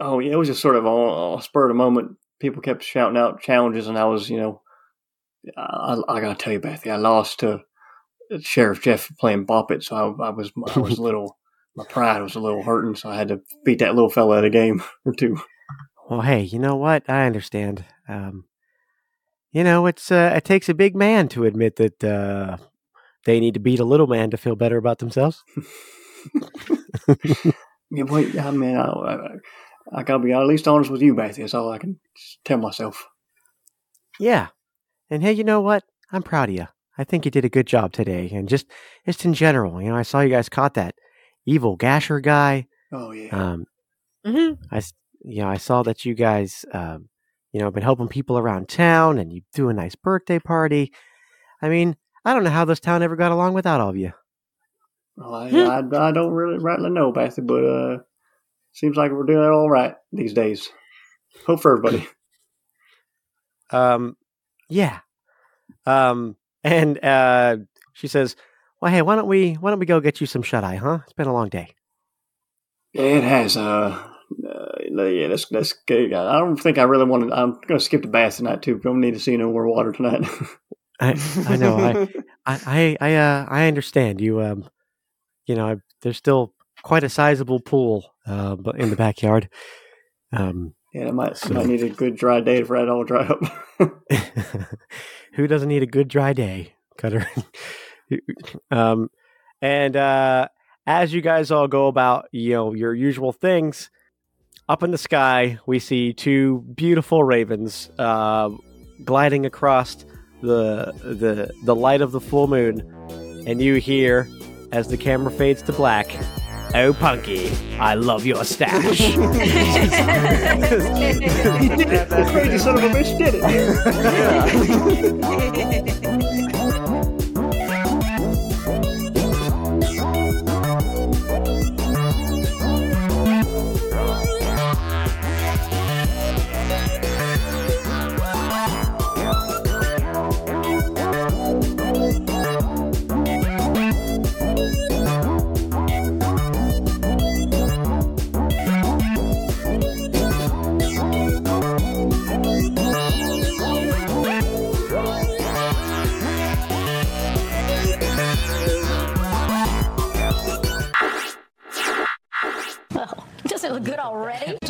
Speaker 4: Oh yeah, it was just sort of on a spur of the moment. People kept shouting out challenges, and I was, you know, I, I gotta tell you, Bethy, I lost to Sheriff Jeff playing Bop It, so I, I was, I was a little, my pride was a little hurting, so I had to beat that little fella at a game or two.
Speaker 1: Well, hey, you know what? I understand. Um, you know, it's uh, it takes a big man to admit that uh, they need to beat a little man to feel better about themselves.
Speaker 4: Yeah, wait, I mean, I, I, I gotta be at least honest with you, Bethy. That's all I can tell myself.
Speaker 1: Yeah, and hey, you know what? I'm proud of you. I think you did a good job today, and just just in general, you know, I saw you guys caught that evil gasher guy.
Speaker 4: Oh yeah,
Speaker 6: Uh.
Speaker 1: Um,
Speaker 3: Mhm.
Speaker 1: I, s- you know, I saw that you guys, um, you know, have been helping people around town, and you do a nice birthday party. I mean, I don't know how this town ever got along without all of you.
Speaker 4: well, I, I, I don't really rightly know, Bethy, but uh, seems like we're doing all right these days. Hope for everybody.
Speaker 6: Um, yeah. Um, and uh, she says, "Well, hey, why don't we why don't we go get you some shut eye, huh? It's been a long day."
Speaker 4: It has. Uh, uh, yeah, that's that's good. I don't think I really want to. I'm going to skip the bath tonight too. Don't need to see no more water tonight.
Speaker 6: I I know. I I I I, uh, I understand you. Um, you know, I, there's still quite a sizable pool uh, bu- in the backyard. Um,
Speaker 4: yeah, I might
Speaker 6: So-
Speaker 4: might need a good dry day for that all dry up.
Speaker 6: who doesn't need a good dry day, Cutter? um, and uh, as you guys all go about, you know, your usual things, up in the sky, we see two beautiful ravens uh, gliding across the the the light of the full moon, and you hear as the camera fades to black. Oh, Punky, I love your stash.
Speaker 4: Crazy son of a bitch did it.
Speaker 10: Does it look good already?